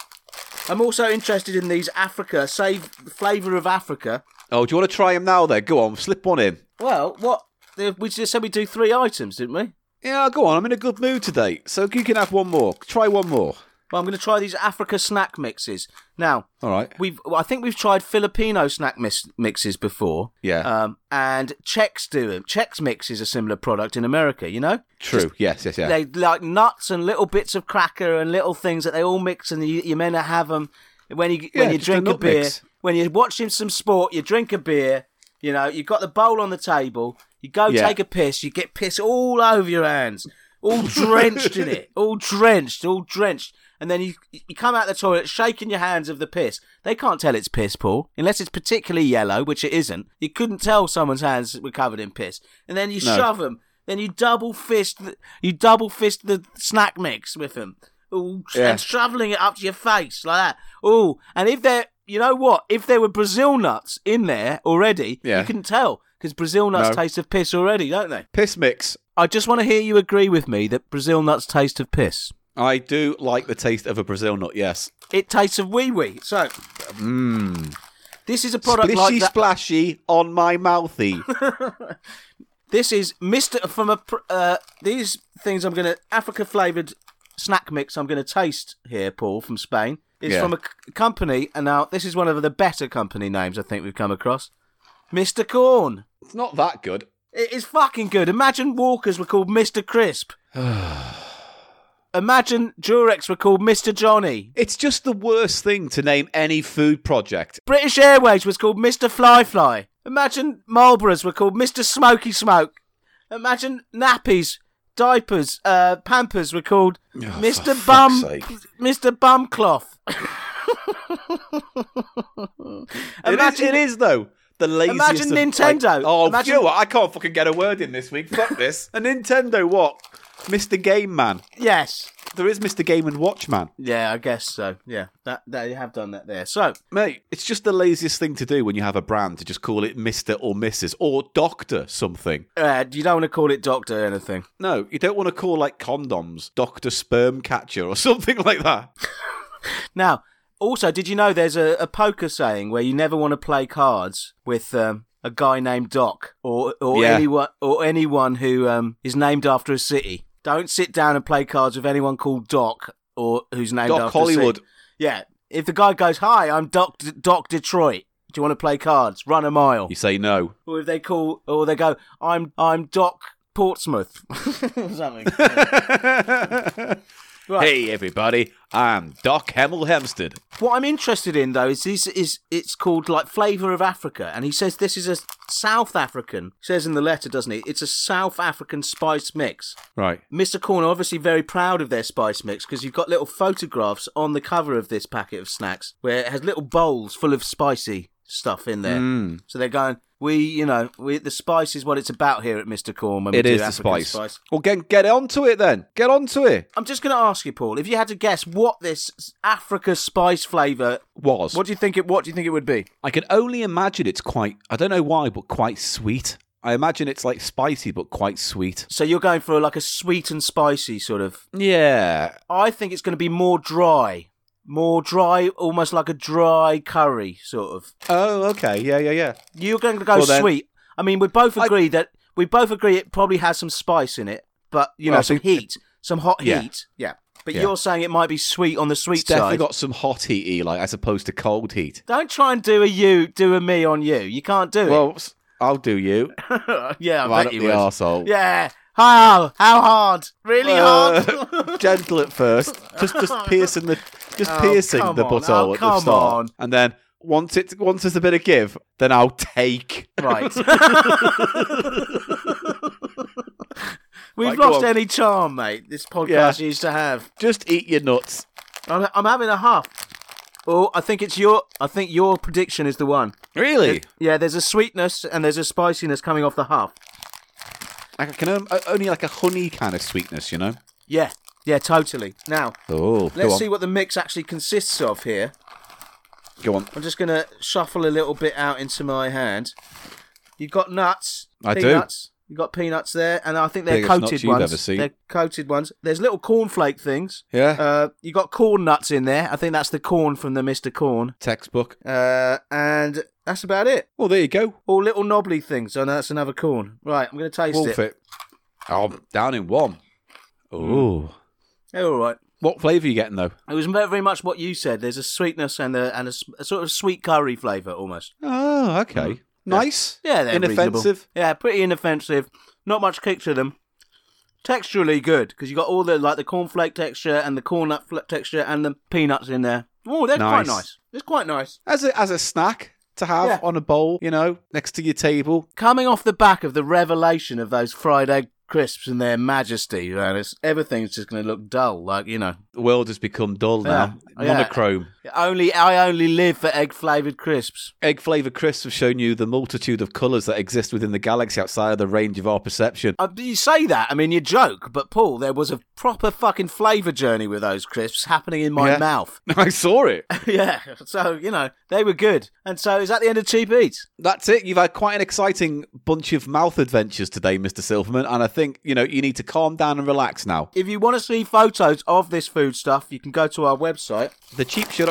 S2: I'm also interested in these Africa save flavor of Africa.
S1: Oh, do you want to try them now? There, go on, slip one in.
S2: Well, what we just said we do three items, didn't we?
S1: Yeah, go on. I'm in a good mood today, so you can have one more. Try one more.
S2: Well, I'm going to try these Africa snack mixes now.
S1: All right.
S2: We've, well, I think we've tried Filipino snack mis- mixes before.
S1: Yeah.
S2: Um, and Czechs do them. Czechs mix is a similar product in America. You know,
S1: True. yes. Yes. Yeah.
S2: they like nuts and little bits of cracker and little things that they all mix, and you, you're meant to have them when you
S1: Yeah,
S2: when you
S1: just a
S2: drink a
S1: nut
S2: beer,
S1: mix.
S2: when you're watching some sport, you drink a beer. You know, you've got the bowl on the table. You go
S1: Yeah.
S2: take a piss. You get piss all over your hands, all drenched in it, all drenched, all drenched. And then you you come out the toilet shaking your hands of the piss. They can't tell it's piss, Paul, unless it's particularly yellow, which it isn't. You couldn't tell someone's hands were covered in piss. And then you shove 'em. shove them. Then you double fist, th- you double fist the snack mix with them. Ooh,
S1: Yeah.
S2: and shoveling it up to your face like that. Oh, and if they're, you know what? If there were Brazil nuts in there already,
S1: Yeah.
S2: you couldn't tell because Brazil nuts
S1: No.
S2: taste of piss already, don't they?
S1: Piss mix.
S2: I just want to hear you agree with me that Brazil nuts taste of piss.
S1: I do like the taste of a Brazil nut. Yes.
S2: It tastes of wee wee. So, this is a product
S1: Hmm. Splishy
S2: like that.
S1: splashy on my
S2: (laughs)
S1: mouthy.
S2: This is Mister from a. pr- Uh, these things I'm gonna Africa flavored snack mix I'm gonna taste here, Paul from Spain. Is
S1: Yeah.
S2: from a c- company, and now this is one of the better company names I think we've come across. Mister Corn.
S1: it's not that good.
S2: It is fucking good. Imagine Walkers were called
S1: (sighs)
S2: Mister Crisp. Imagine Durex were called Mister Johnny.
S1: It's just the worst thing to name any food project.
S2: British Airways was called Mr. Fly Fly. Imagine Marlboroughs were called Mr. Smoky Smoke. Imagine nappies, diapers, uh, pampers were called Mr.
S1: Oh, fuck's
S2: Bum,
S1: sake.
S2: Mr.
S1: (laughs)
S2: Bumcloth. Imagine-
S1: it, is, it is though. The laziest.
S2: Imagine
S1: of-
S2: Nintendo.
S1: like- oh,
S2: Imagine-
S1: you know what? I can't fucking get a word in this week.
S2: (laughs)
S1: Fuck this. A Nintendo what? Mr. Game Man.
S2: Yes.
S1: There is Mr. Game and Watchman.
S2: Yeah, I guess so. Yeah, that they have done that there. So
S1: Mate, it's just the laziest thing to do when you have a brand to just call it Mr. or Mrs. or Doctor something.
S2: uh, you don't want to call it doctor or anything.
S1: No, you don't want to call like condoms Doctor Sperm Catcher or (laughs) something like that.
S2: Now, also, did you know there's a, a poker saying where you never want to play cards with um, a guy named Doc or or
S1: Yeah.
S2: anyone or anyone who um, is named after a city. Don't sit down and play cards with anyone called Doc or who's named
S1: Doc
S2: after A
S1: Hollywood.
S2: city. Yeah, if the guy goes, "Hi, I'm Doc D- Doc Detroit. Do you want to play cards? Run a mile."
S1: You say (laughs) no.
S2: Or if they call, or they go, "I'm I'm Doc Portsmouth," (laughs) or something.
S1: Hey everybody, I'm Doc Hemel Hempstead.
S2: What I'm interested in though is this is it's called like Flavor of Africa, and he says this is a South African says in the letter, doesn't he? It's a South African spice mix.
S1: Right.
S2: Mr. Corn are obviously very proud of their spice mix because you've got little photographs on the cover of
S1: Mm.
S2: this packet of snacks where it has little bowls full of spicy stuff in there. So they're going, We, you know, we, the spice is what it's about here at Mr. Corn. When
S1: It
S2: we
S1: is
S2: do
S1: the
S2: African
S1: spice. Well, get get onto it then. Get onto it.
S2: I'm just going to ask you, Paul, if you had to guess what this Africa spice flavour,
S1: Was
S2: what do you think it? What do you think it would be?
S1: I can only imagine it's quite. I don't know why, but quite sweet. I imagine it's like spicy, but quite sweet.
S2: So you're going for like a sweet and spicy sort of.
S1: Yeah,
S2: I think it's going to be more dry, more dry, almost like a dry curry sort of.
S1: Oh, okay. Yeah, yeah, yeah.
S2: You're going to go
S1: Well, then-
S2: sweet. I mean, we both agree that we both agree it probably has some spice in it, but you
S1: Well,
S2: know,
S1: I
S2: some
S1: think-
S2: heat, some hot
S1: Yeah.
S2: heat. Yeah. But
S1: Yeah.
S2: you're saying it might be sweet on the sweet
S1: It's definitely
S2: side.
S1: got some hot heat, Eli, as opposed to cold heat.
S2: Don't try and do a you, do a me on you. You can't do
S1: Well, s- I'll do you.
S2: it. (laughs) Yeah, I
S1: right
S2: bet
S1: up
S2: you
S1: the
S2: would.
S1: arsehole.
S2: Yeah. How? How hard? Really
S1: (laughs) Uh, (laughs)
S2: hard? (laughs)
S1: gentle at first, just just piercing the just piercing
S2: Oh, come
S1: the
S2: on.
S1: butthole
S2: Oh,
S1: at the
S2: come
S1: start,
S2: on.
S1: and then once it once there's a bit of give, then I'll take. (laughs)
S2: right. We've
S1: Right, go
S2: lost
S1: on.
S2: any charm, mate. This podcast used to have.
S1: Just eat your nuts.
S2: I'm, I'm having a half. Oh, I think it's your. I think your prediction is the one.
S1: Really?
S2: Yeah, there's a sweetness and there's a spiciness coming off the half.
S1: I can um, o- only like a honey kind of sweetness, you know.
S2: Yeah, yeah, totally. Now
S1: Oh, go
S2: let's
S1: on.
S2: see what the mix actually consists of here.
S1: Go on.
S2: I'm just gonna shuffle a little bit out into my hand. You've got nuts.
S1: I do.
S2: peanuts. You've got peanuts there, and I think they're
S1: Biggest
S2: coated
S1: nuts you've
S2: ones.
S1: ever seen.
S2: They're coated ones. There's little cornflake things.
S1: Yeah.
S2: Uh, you got corn nuts in there. I think that's the corn from the Mr. Corn.
S1: Textbook.
S2: Uh, and that's about it.
S1: Well, there you go.
S2: All little knobbly things. Oh no, that's another corn. Right, I'm gonna taste
S1: Wolf
S2: it.
S1: it. Oh, down in one. Oh.
S2: They're all right.
S1: What flavour are you getting though?
S2: It was very, very much what you said. There's a sweetness and a and a, s- a sort of sweet curry flavour almost.
S1: Oh, okay. Nice.
S2: Yeah, they're reasonable.
S1: Inoffensive.
S2: Yeah, pretty inoffensive. Not much kick to them. Texturally good because you got all the like the cornflake texture and the corn nut fl- texture and the peanuts in there. Oh, they're
S1: Nice.
S2: quite nice. It's quite nice.
S1: As a as a snack to have
S2: Yeah.
S1: on a bowl, you know, next to your table.
S2: Coming off the back of the revelation of those fried egg crisps and their majesty, man, it's, everything's just going to look dull. Like you know,
S1: The world has become dull now.
S2: Yeah.
S1: Monochrome.
S2: only I only live for egg flavored crisps.
S1: Egg flavoured crisps have shown you the multitude of colours that exist within the galaxy outside of the range of our perception.
S2: Uh, you say that, I mean, you joke, but Paul, there was a proper fucking flavour journey with those crisps happening in my
S1: Yeah.
S2: mouth.
S1: (laughs) I saw it.
S2: (laughs) yeah, so, you know, they were good. And so, is that the end of Cheap Eats?
S1: That's it. You've had quite an exciting bunch of mouth adventures today, Mr. Silverman, and I think, you know, you need to calm down and relax now.
S2: If you want to see photos of this food stuff, you can go to our website.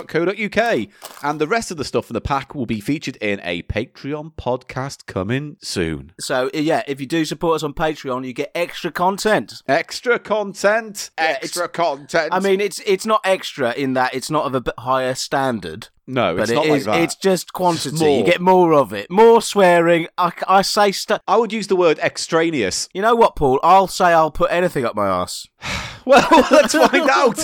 S1: thecheapshow.co.uk. And the rest of the stuff in the pack will be featured in a Patreon podcast coming soon.
S2: So, uh, yeah, if you do support us on Patreon, you get extra content.
S1: Extra content.
S2: it's-
S1: extra content.
S2: I mean, it's it's not extra in that it's not of a bit higher standard,
S1: no,
S2: but
S1: it's
S2: it
S1: not like
S2: is-
S1: that.
S2: it's just quantity. You
S1: more.
S2: get more of it, more swearing. I, c- I say stuff.
S1: I would use the word extraneous.
S2: You know what, Paul? I'll say I'll put anything up my ass.
S1: (laughs) Well, let's
S2: (laughs)
S1: find out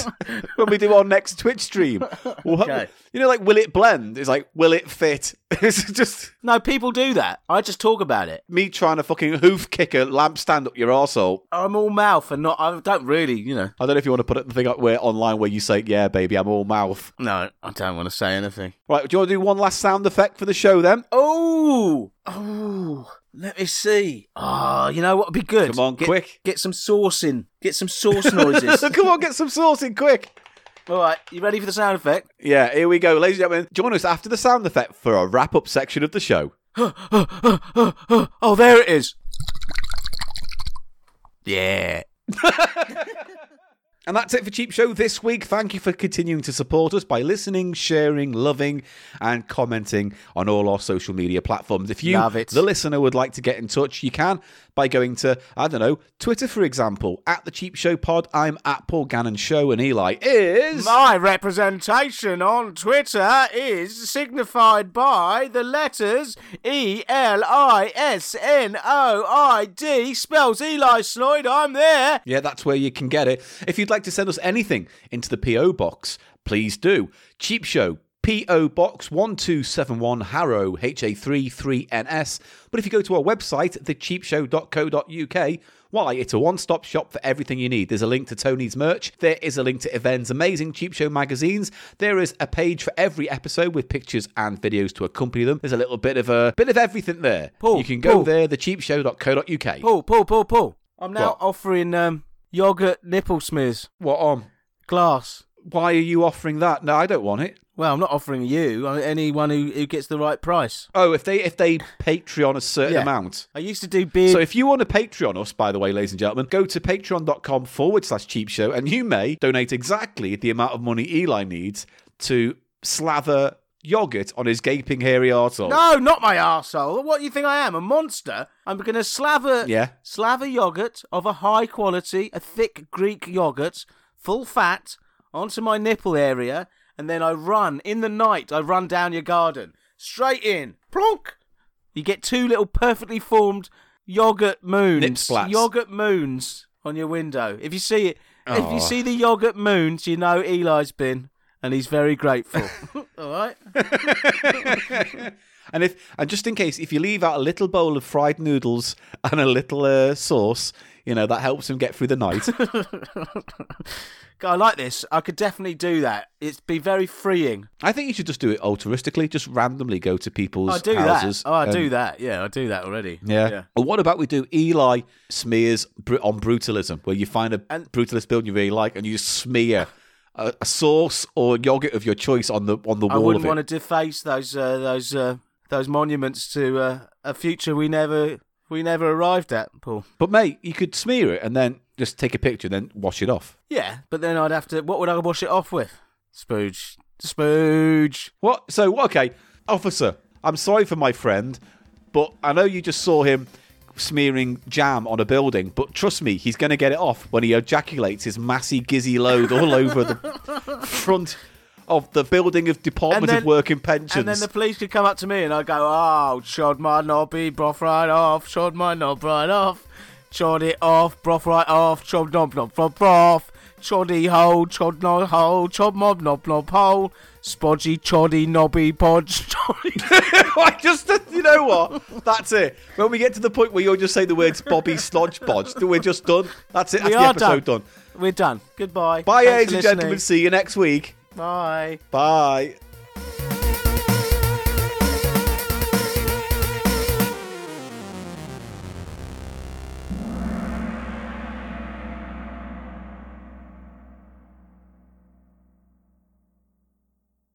S1: when we do our next Twitch stream. What-
S2: Okay.
S1: You know, like, will it blend? It's like, will it fit? (laughs) It's just
S2: No, people do that. I just talk about it.
S1: me trying to fucking hoof kick a lampstand up your arsehole.
S2: I'm all mouth and not. I don't really, you know.
S1: I don't know if you want to put up the thing up where online where you say, "Yeah, baby, I'm all mouth."
S2: No, I don't want to say anything.
S1: Right? Do you want to do one last sound effect for the show then?
S2: Oh, oh. Let me see. Ah, you know what would be good?
S1: Come on,
S2: Get-
S1: quick.
S2: Get some sauce in. Get some sauce
S1: (laughs)
S2: noises.
S1: Come on, get some sauce in quick.
S2: all right, you ready for the sound effect? (gasps)
S1: Yeah, here we go, ladies and gentlemen. Join us after the sound effect for a wrap-up section of the show.
S2: oh, there it is. Yeah.
S1: And that's it for Cheap Show this week. Thank you for continuing to support us by listening, sharing, loving, and commenting on all our social media platforms. If you,
S2: Love it.
S1: the listener, would like to get in touch, you can by going to, I don't know, Twitter, for example, at The Cheap Show Pod. I'm at Paul Gannon Show, and Eli is.
S2: My representation on Twitter is signified by the letters E L I S N O I D, spells Eli Snoid. I'm there.
S1: Yeah, that's where you can get it. If you'd like to send us anything into the P.O. Box, please do. Cheap Show, P.O. Box 1271 Harrow, HA33NS. But if you go to our website, thecheapshow.co.uk, Why? It's a one stop shop for everything you need. There's a link to Tony's merch. There is a link to Even's amazing Cheap Show magazines. There is a page for every episode with pictures and videos to accompany them. There's a little bit of a bit of everything there.
S2: Paul,
S1: you can go
S2: Paul.
S1: there, thecheapshow.co.uk.
S2: Paul, Paul, Paul, Paul. I'm now
S1: What?
S2: offering um, yogurt nipple smears
S1: What on?
S2: glass.
S1: Why are you offering that? No, I don't want it.
S2: Well, I'm not offering you. I- Anyone who, who gets the right price.
S1: Oh, if they if they Patreon a certain
S2: Yeah.
S1: amount.
S2: I used to do beard.
S1: So if you want to Patreon us, by the way, ladies and gentlemen, go to patreon.com forward slash cheap show and you may donate exactly the amount of money Eli needs to slather yogurt on his gaping hairy arsehole.
S2: no, not my arsehole. What do you think I am? A monster? I'm going to slaver
S1: Yeah.
S2: slaver yogurt of a high quality, a thick Greek yogurt, full fat, onto my nipple area, and then I run in the night. I run down your garden straight in, plonk. You get two little perfectly formed yogurt moons,
S1: Nip splats.
S2: yogurt moons on your window. If you see it, if you see the yogurt moons, you know Eli's been. And he's
S1: (laughs)
S2: very grateful. All right.
S1: And if and just in case, if you leave out a little bowl of fried noodles and a little uh, sauce, you know, that helps him get through the
S2: (laughs)
S1: night.
S2: God, I like this. I could definitely do that. It'd be very freeing.
S1: I think you should just do it altruistically, just randomly go to people's
S2: I do
S1: houses.
S2: that. Oh, I
S1: and-
S2: do that. Yeah, I do that already.
S1: Yeah. And what about we do Eli smears br- on brutalism, where you find a
S2: And-
S1: brutalist building you really like, and you smear a, a sauce or yogurt of your choice on the on the
S2: I
S1: wall of
S2: wouldn't
S1: it.
S2: want to deface those uh, those uh, those monuments to uh, a future we never we never arrived at, Paul.
S1: But mate, you could smear it and then just take a picture, then wash it off.
S2: Yeah, but then I'd have to. What would I wash it off with? Spooge. Spooge.
S1: What? So okay, officer, I'm sorry for my friend, but I know you just saw him smearing jam on a building, but trust me, he's going to get it off when he ejaculates his massy gizzy load all over the front. Of the building of Department
S2: And then-
S1: of Work and Pensions. (laughs)
S2: And then the police could come up to me and I'd go, oh, shod my knobby, broth right off, shod my knob right off, shod it off, broth right off, chod knob knob broth broth, choddy hole, chod no hole, chod mob knob knob hole, spodgy choddy knobby podge, (laughs) choddy.
S1: I just, you know what? That's it. When we get to the point where you'll just say the words Bobby Slodge Bodge, we're just done. That's it. That's
S2: We
S1: the
S2: are
S1: episode done.
S2: done. We're done. Goodbye.
S1: Bye, ladies
S2: Thanks for
S1: and gentlemen.
S2: listening.
S1: See you next week.
S2: Bye.
S1: Bye.